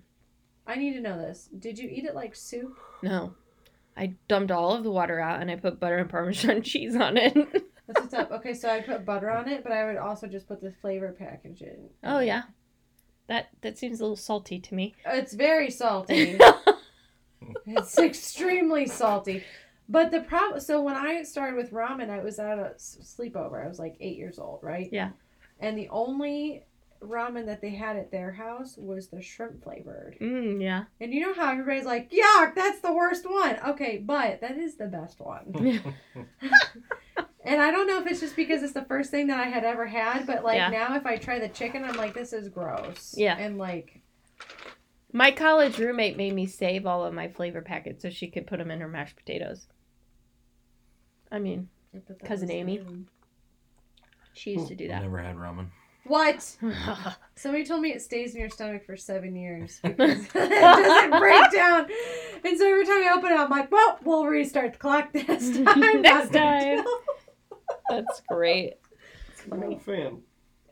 need to know this. Did you eat it like soup? No. I dumped all of the water out and I put butter and parmesan cheese on it. That's what's up. Okay, so I put butter on it, but I would also just put the flavor package in. oh yeah. That that seems a little salty to me. It's very salty. it's extremely salty. But the problem, so when I started with ramen, I was at a s- sleepover. I was like eight years old, right? Yeah. And the only ramen that they had at their house was the shrimp flavored. Mm, yeah. And you know how everybody's like, yuck, that's the worst one. Okay, but that is the best one. And I don't know if it's just because it's the first thing that I had ever had, but like Yeah. now if I try the chicken, I'm like, this is gross. Yeah. And like, My college roommate made me save all of my flavor packets so she could put them in her mashed potatoes. I mean, I thought that Cousin was Amy. weird. she used to do I that. never had ramen. What? I Somebody told me it stays in your stomach for seven years because it doesn't break down. And so every time I open it, I'm like, well, we'll restart the clock next time. Next Not a big time. deal. That's great. I'm not a fan.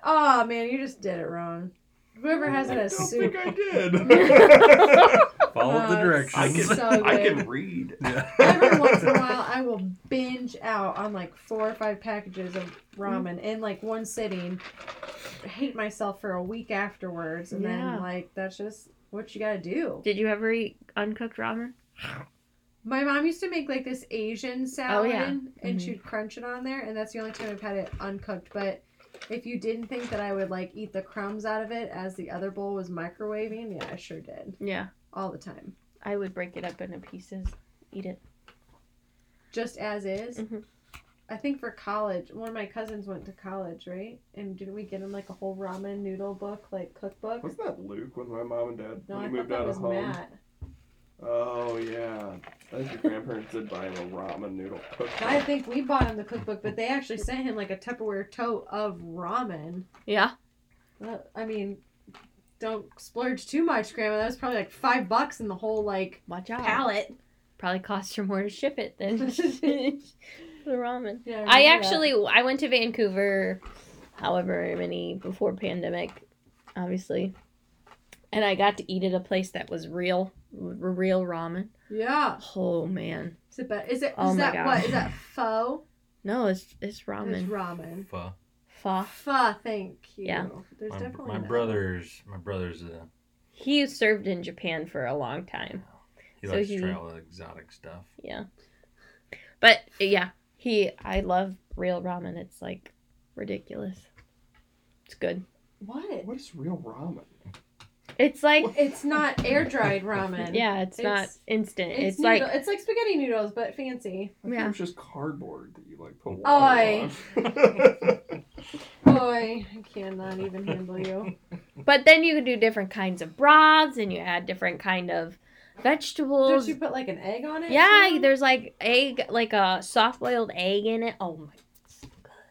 Oh, man, you just did it wrong. Whoever has it I don't as soup. think I did. Follow the Uh, I directions. can, So I good. can read. Every once in a while, I will binge out on like four or five packages of ramen in like one sitting. Hate myself for a week afterwards. And Yeah. then, like, that's just what you got to do. Did you ever eat uncooked ramen? My mom used to make like this Asian salad yeah. and Mhm. she'd crunch it on there, and that's the only time I've had it uncooked. But if you didn't think that I would like eat the crumbs out of it as the other bowl was microwaving, yeah, I sure did. Yeah. All the time. I would break it up into pieces, eat it. Just as is. Mhm. I think for college, one of my cousins went to college, right? And didn't we get him like a whole ramen noodle book, like cookbook? Wasn't that Luke when my mom and dad No, when I he thought moved that out was of home? Matt. Oh yeah, I think your grandparents did buy him a ramen noodle cookbook. I think we bought him the cookbook, but they actually sent him like a Tupperware tote of ramen. Yeah. Well, I mean, don't splurge too much, Grandma. That was probably like five bucks in the whole like Watch out. pallet. Probably cost her more to ship it than the ramen. Yeah, remember I that. actually I went to Vancouver however many before pandemic, obviously. And I got to eat at a place that was real r- real ramen. yeah. Oh man. Is it? Be- is it? Is Oh my that God. what? Is that pho? No, it's it's It's ramen. ramen. Fuh. Pho. Pho. Thank you. Yeah. There's uh, My, definitely my an- brother's my brother's uh, He served in Japan for a long time. he So likes he- to try all the exotic stuff. But yeah, he I love real ramen. It's like ridiculous. It's good. What? What is real ramen? It's like It's not air dried ramen. yeah, it's, not It's- instant. It's, It's, noodle- like it's like spaghetti noodles, but fancy. I think Yeah. it was just cardboard that you like Oh, put water Oi. on. Boy, I cannot even handle you. But then you can do different kinds of broths and you add different kind of Don't vegetables. you put like an egg on it? yeah, too? there's like egg, like a soft boiled egg in it. Oh my, so good,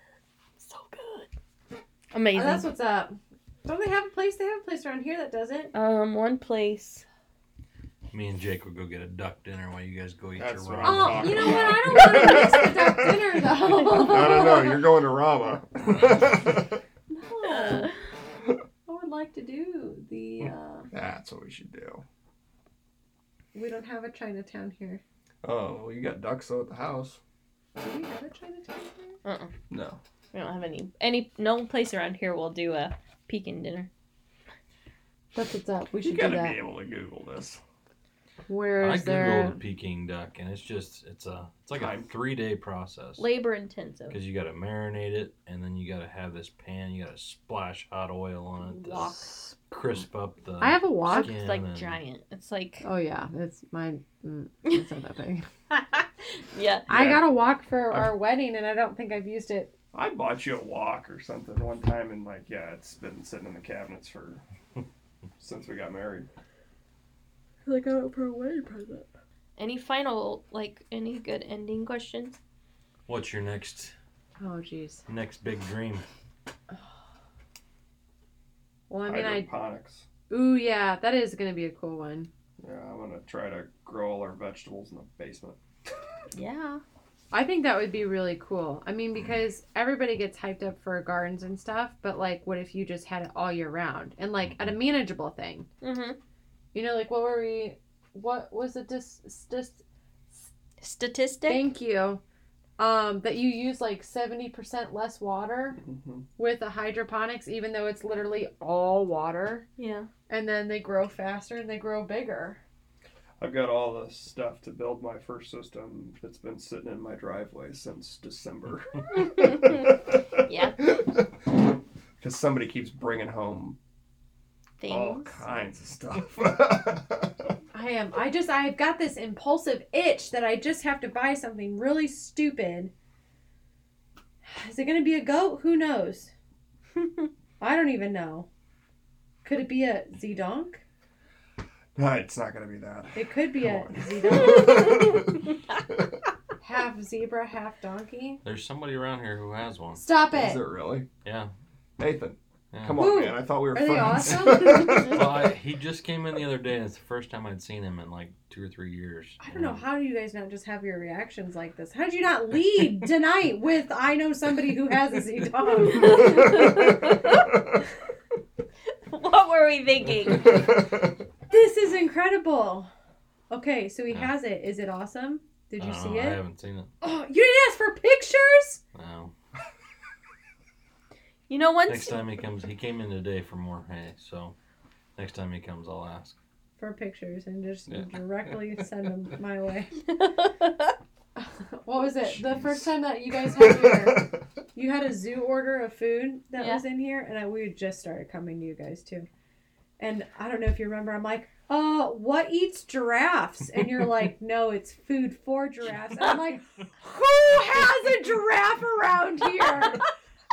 so good, Oh, amazing. that's what's up. Don't they have a place? They have a place around here that does it. um, one place. Me and Jake would go get a duck dinner while you guys go eat That's your what I'm Oh, ramen. talking you know about. what? I don't want to miss the duck dinner though. I don't know. You're going to Rama. No. I would like to do the. Uh, That's what we should do. we don't have a Chinatown here. Oh, well, you got ducks at the house. Do we have a Chinatown here? No. we don't have any, any, no place around here will do a Pekin dinner. That's what's up. We You gotta be able to Google this. Where I is googled there? Peking duck, and it's just it's a it's like a Time. three day process Labor intensive. because you got to marinate it, and then you got to have this pan. You got to splash hot oil on it to Wok. crisp up the. I have a walk. Skin It's like and- giant. It's like Oh yeah, it's mine. Mm, it's not that big. yeah. I Yeah. got a walk for I've- our wedding, and I don't think I've used it. I bought you a wok or something one time, and like, yeah, it's been sitting in the cabinets for since we got married. I got it for a wedding present. Any final like any good ending questions? What's your next Oh, jeez. next big dream? Well, I mean, I. Hydroponics. Ooh, yeah, that is gonna be a cool one. Yeah, I'm gonna try to grow all our vegetables in the basement. Yeah. I think that would be really cool. I mean, because everybody gets hyped up for gardens and stuff, but like, what if you just had it all year round and like at a manageable thing? Mm-hmm. You know, like what were we? What was it? Just, just. Statistic. Thank you. Um, that you use like seventy percent less water Mm-hmm. with a hydroponics, even though it's literally all water, Yeah. and then they grow faster and they grow bigger. I've got all the stuff to build my first system that's been sitting in my driveway since December. Yeah. Because somebody keeps bringing home all Things. kinds of stuff. I am. I just. I've got this impulsive itch that I just have to buy something really stupid. Is it going to be a goat? Who knows? I don't even know. Could it be a zedonk? no, it's not gonna be that. It could be a Come on. zedonk. half zebra, half donkey. There's somebody around here who has one. Stop Is it it. really? Yeah. Nathan, yeah. come Who? on, man. I thought we were Are they friends. awesome? Well, I, he just came in the other day. and It's the first time I'd seen him in like two or three years. I don't know how you guys not just have your reactions like this. How did you not lead tonight with I know somebody who has a zedonk? What were we thinking? This is incredible. Okay, so he Yeah. has it. Is it awesome? Did I you don't see know, I it? haven't seen it. Oh, you didn't ask for pictures? No. You know, Next once time he comes, he came in today for more hay. So next time he comes, I'll ask. For pictures and just Yeah. directly send them my way. I What was it? The Jeez. first time that you guys had your, you had a zoo order of food that Yeah. was in here, and I, we had just started coming to you guys too. And I don't know if you remember, I'm like, uh, what eats giraffes? And you're like, no, it's food for giraffes. And I'm like, who has a giraffe around here?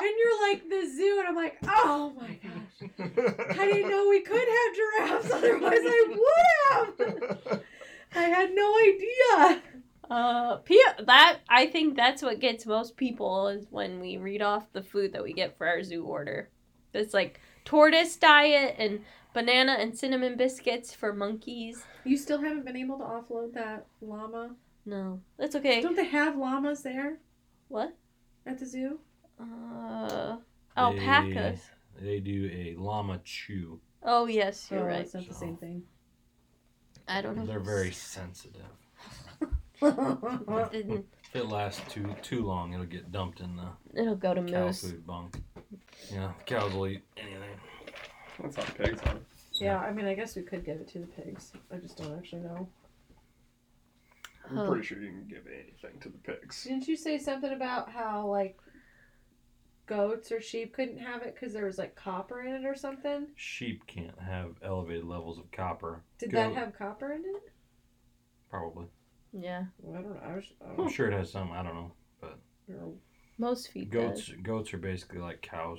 And you're like the zoo, and I'm like, oh my god. I didn't know we could have giraffes, otherwise I would have. I had no idea. uh, pe- that I think that's what gets most people is when we read off the food that we get for our zoo order. It's like tortoise diet and banana and cinnamon biscuits for monkeys. You still haven't been able to offload that llama. No, that's okay. Don't they have llamas there What? at the zoo? Uh, alpacas. They, they do a llama chew. Oh yes, Oh, you're right. It's not the So- same thing. I don't know. They're very sensitive. All It- If it lasts too too long, it'll get dumped in the It'll go to cow moose. food bunk. Yeah, cows will eat anything. That's how pigs are. yeah, I mean, I guess we could give it to the pigs. I just don't actually know. I'm Huh. pretty sure you can give anything to the pigs. Didn't you say something about how like goats or sheep couldn't have it because there was like copper in it or something? Sheep can't have elevated levels of copper. Did that Goat. have copper in it? Probably. Yeah, Well, I don't know. I was, I I'm don't sure it has some. I don't know. know. most feed Goats goats are basically like cows.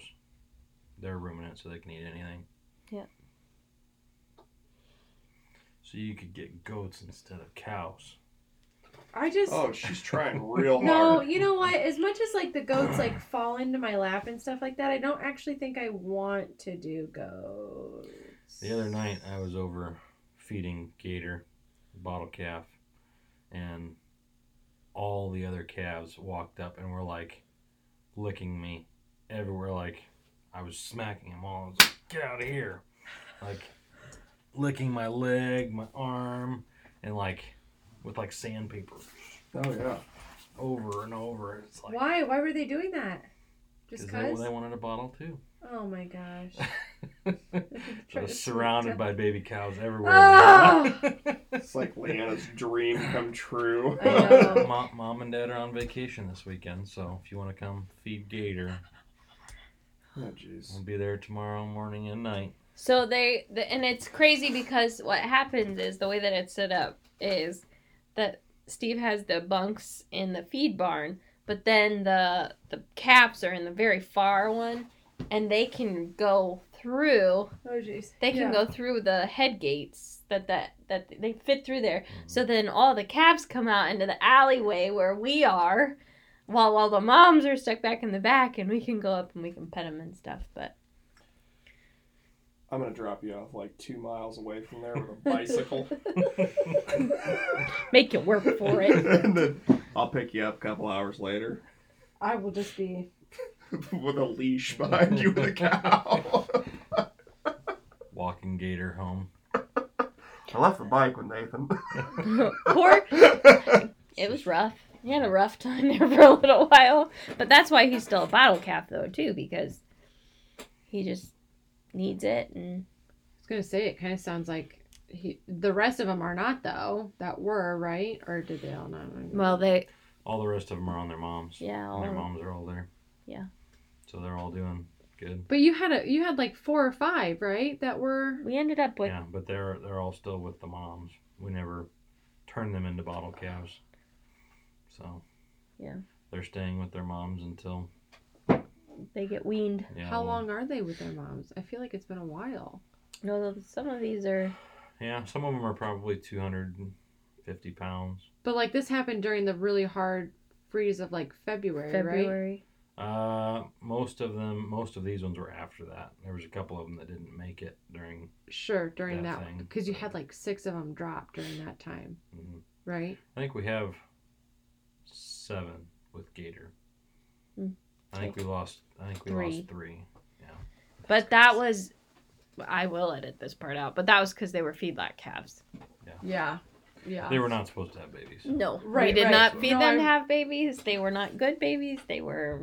They're ruminant, so they can eat anything. Yeah. So you could get goats instead of cows. I just Oh, she's trying real hard. No, you know what? As much as like the goats like fall into my lap and stuff like that, I don't actually think I want to do goats. The other night I was over feeding Gator, bottle calf, and all the other calves walked up and were like licking me everywhere. Like I was smacking them all. I was like, Get out of here! Like licking my leg, my arm, and like with like sandpaper Oh yeah. over and over. It's like Why? Why were they doing that? Just because cause? they, they wanted a bottle too. Oh my gosh. So I was surrounded by baby cows everywhere. Ah! It's like Leanna's dream come true. I know. Mom, mom and dad are on vacation this weekend, so if you want to come feed Gator, Oh, jeez. we'll be there tomorrow morning and night. So they, the, and it's crazy because what happens is the way that it's set up is that Steve has the bunks in the feed barn, but then the the caps are in the very far one, and they can go through. Oh jeez. They can Yeah. go through the head gates that that that they fit through there. So then all the cabs come out into the alleyway where we are, while all the moms are stuck back in the back, and we can go up and we can pet them and stuff. But I'm gonna drop you off like two miles away from there with a bicycle. make it work for it. and then I'll pick you up a couple hours later I will just be. with a leash behind you with a cow. Walking Gator home. I left the bike with Nathan. Poor, it was rough. He had a rough time there for a little while, but that's why he's still a bottle cap though too because he just needs it and was gonna say it kind of sounds like he, the rest of them are not though that were right or did they all not? well they All the rest of them are on their moms. yeah And their all- moms are all there. Yeah. So they're all doing good. But you had a you had like four or five right that were we ended up with yeah, but they're they're all still with the moms. We never turn them into bottle calves. So. Yeah. They're staying with their moms until. they get weaned. Yeah, how well, long are they with their moms? I feel like it's been a while. No, some of these are Yeah, some of them are probably 250 pounds. But like this happened during the really hard freeze of like February, right? February. Uh, most of them, most of these ones were after that. There was a couple of them that didn't make it during. Sure, during That that one thing. because you had like six of them drop during that time, mhm. right? I think we have seven with Gator. Mm. I think we lost. I think we Three. lost three. But that was I will edit this part out, but that was because they were feedlot calves. Yeah, yeah. They were not supposed to have babies. No, we Right, did right. not feed No, them to I- have babies. They were not good babies. They were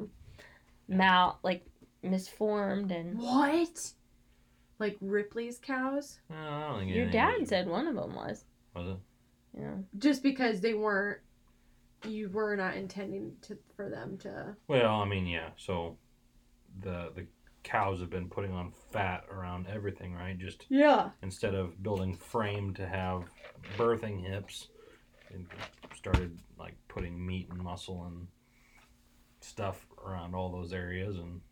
mal like misformed and what? Like Ripley's cows? No, Uh, I don't think Hmm. your anything dad was- said one of them was. Was it? Yeah. Just because they weren't, you were not intending to for them to. Well, I mean, yeah. So the the cows have been putting on fat around everything, right? Just Yeah. instead of building frame to have birthing hips and started like putting meat and muscle and stuff around all those areas and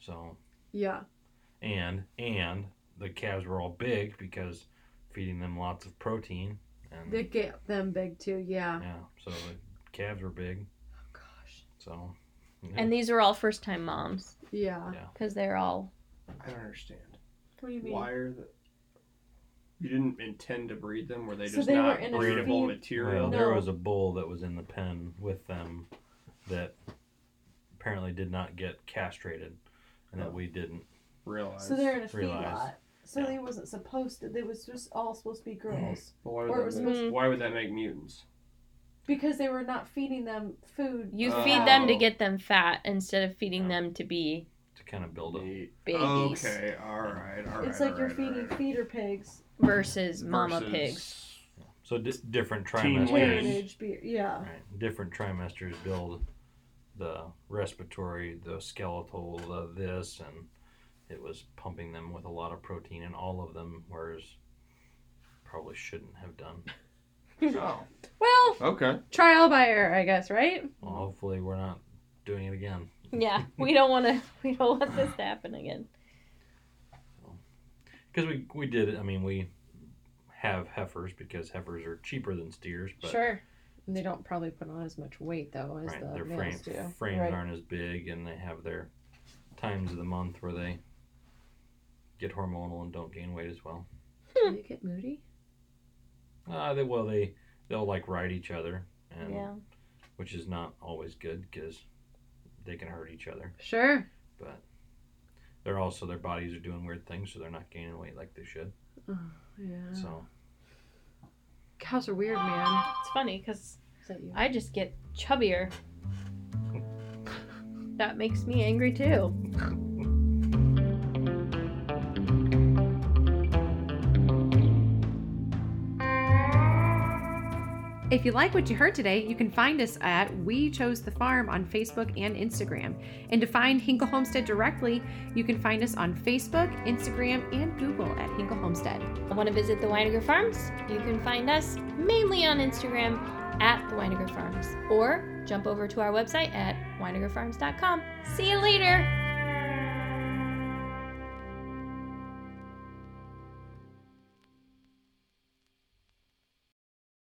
so Yeah. and and the calves were all big because feeding them lots of protein and They get them big too. Yeah. yeah so the calves were big Oh, gosh. so And these are all first time moms Yeah. because they're all I don't understand. What do you mean? Why are the you didn't intend to breed them? Were they So just they were not in a breedable feed- Well, material? there No. was a bull that was in the pen with them that apparently did not get castrated, and Oh. that we didn't. Realize. So they're in a Realize. feedlot. So Yeah. they wasn't supposed to. They was just all supposed to be girls But why would, or that it was make, Mm-hmm. supposed- why would that make mutants? because they were not feeding them food. you Oh. feed them to get them fat instead of feeding Yeah. them to be To kind of build it. Neat. babies Okay, all right, all right. It's like all you're right, feeding all right. feeder pigs. versus mama Versus- pigs. So di- different Teen trimesters, Heritage. Heritage beer. Yeah. right? Different trimesters build the respiratory, the skeletal, the this, and it was pumping them with a lot of protein, and all of them, whereas probably shouldn't have done. Oh, Well, okay. trial by error, I guess, right? Well, hopefully, we're not doing it again. Yeah, we don't want to. We don't want this to happen again. Because we we did it. I mean, we have heifers because heifers are cheaper than steers, but sure. And they don't probably put on as much weight though as right, the their frame, males do. frames Right. aren't as big, and they have their times of the month where they get hormonal and don't gain weight as well. Do they get moody? Uh, they, well, they they'll like ride each other, and Yeah, which is not always good because they can hurt each other. Sure. But they're also their bodies are doing weird things, so they're not gaining weight like they should. Yeah. So Cows are weird, man. it's funny because Is that you? I just get chubbier. That makes me angry too. If you like what you heard today, you can find us at We Chose the Farm on Facebook and Instagram. And to find Hinkle Homestead directly, you can find us on Facebook, Instagram, and Google at Hinkle Homestead. Want to visit the Weiniger Farms? You can find us mainly on Instagram at the Weiniger Farms, or jump over to our website at weinigerfarms.com. See you later.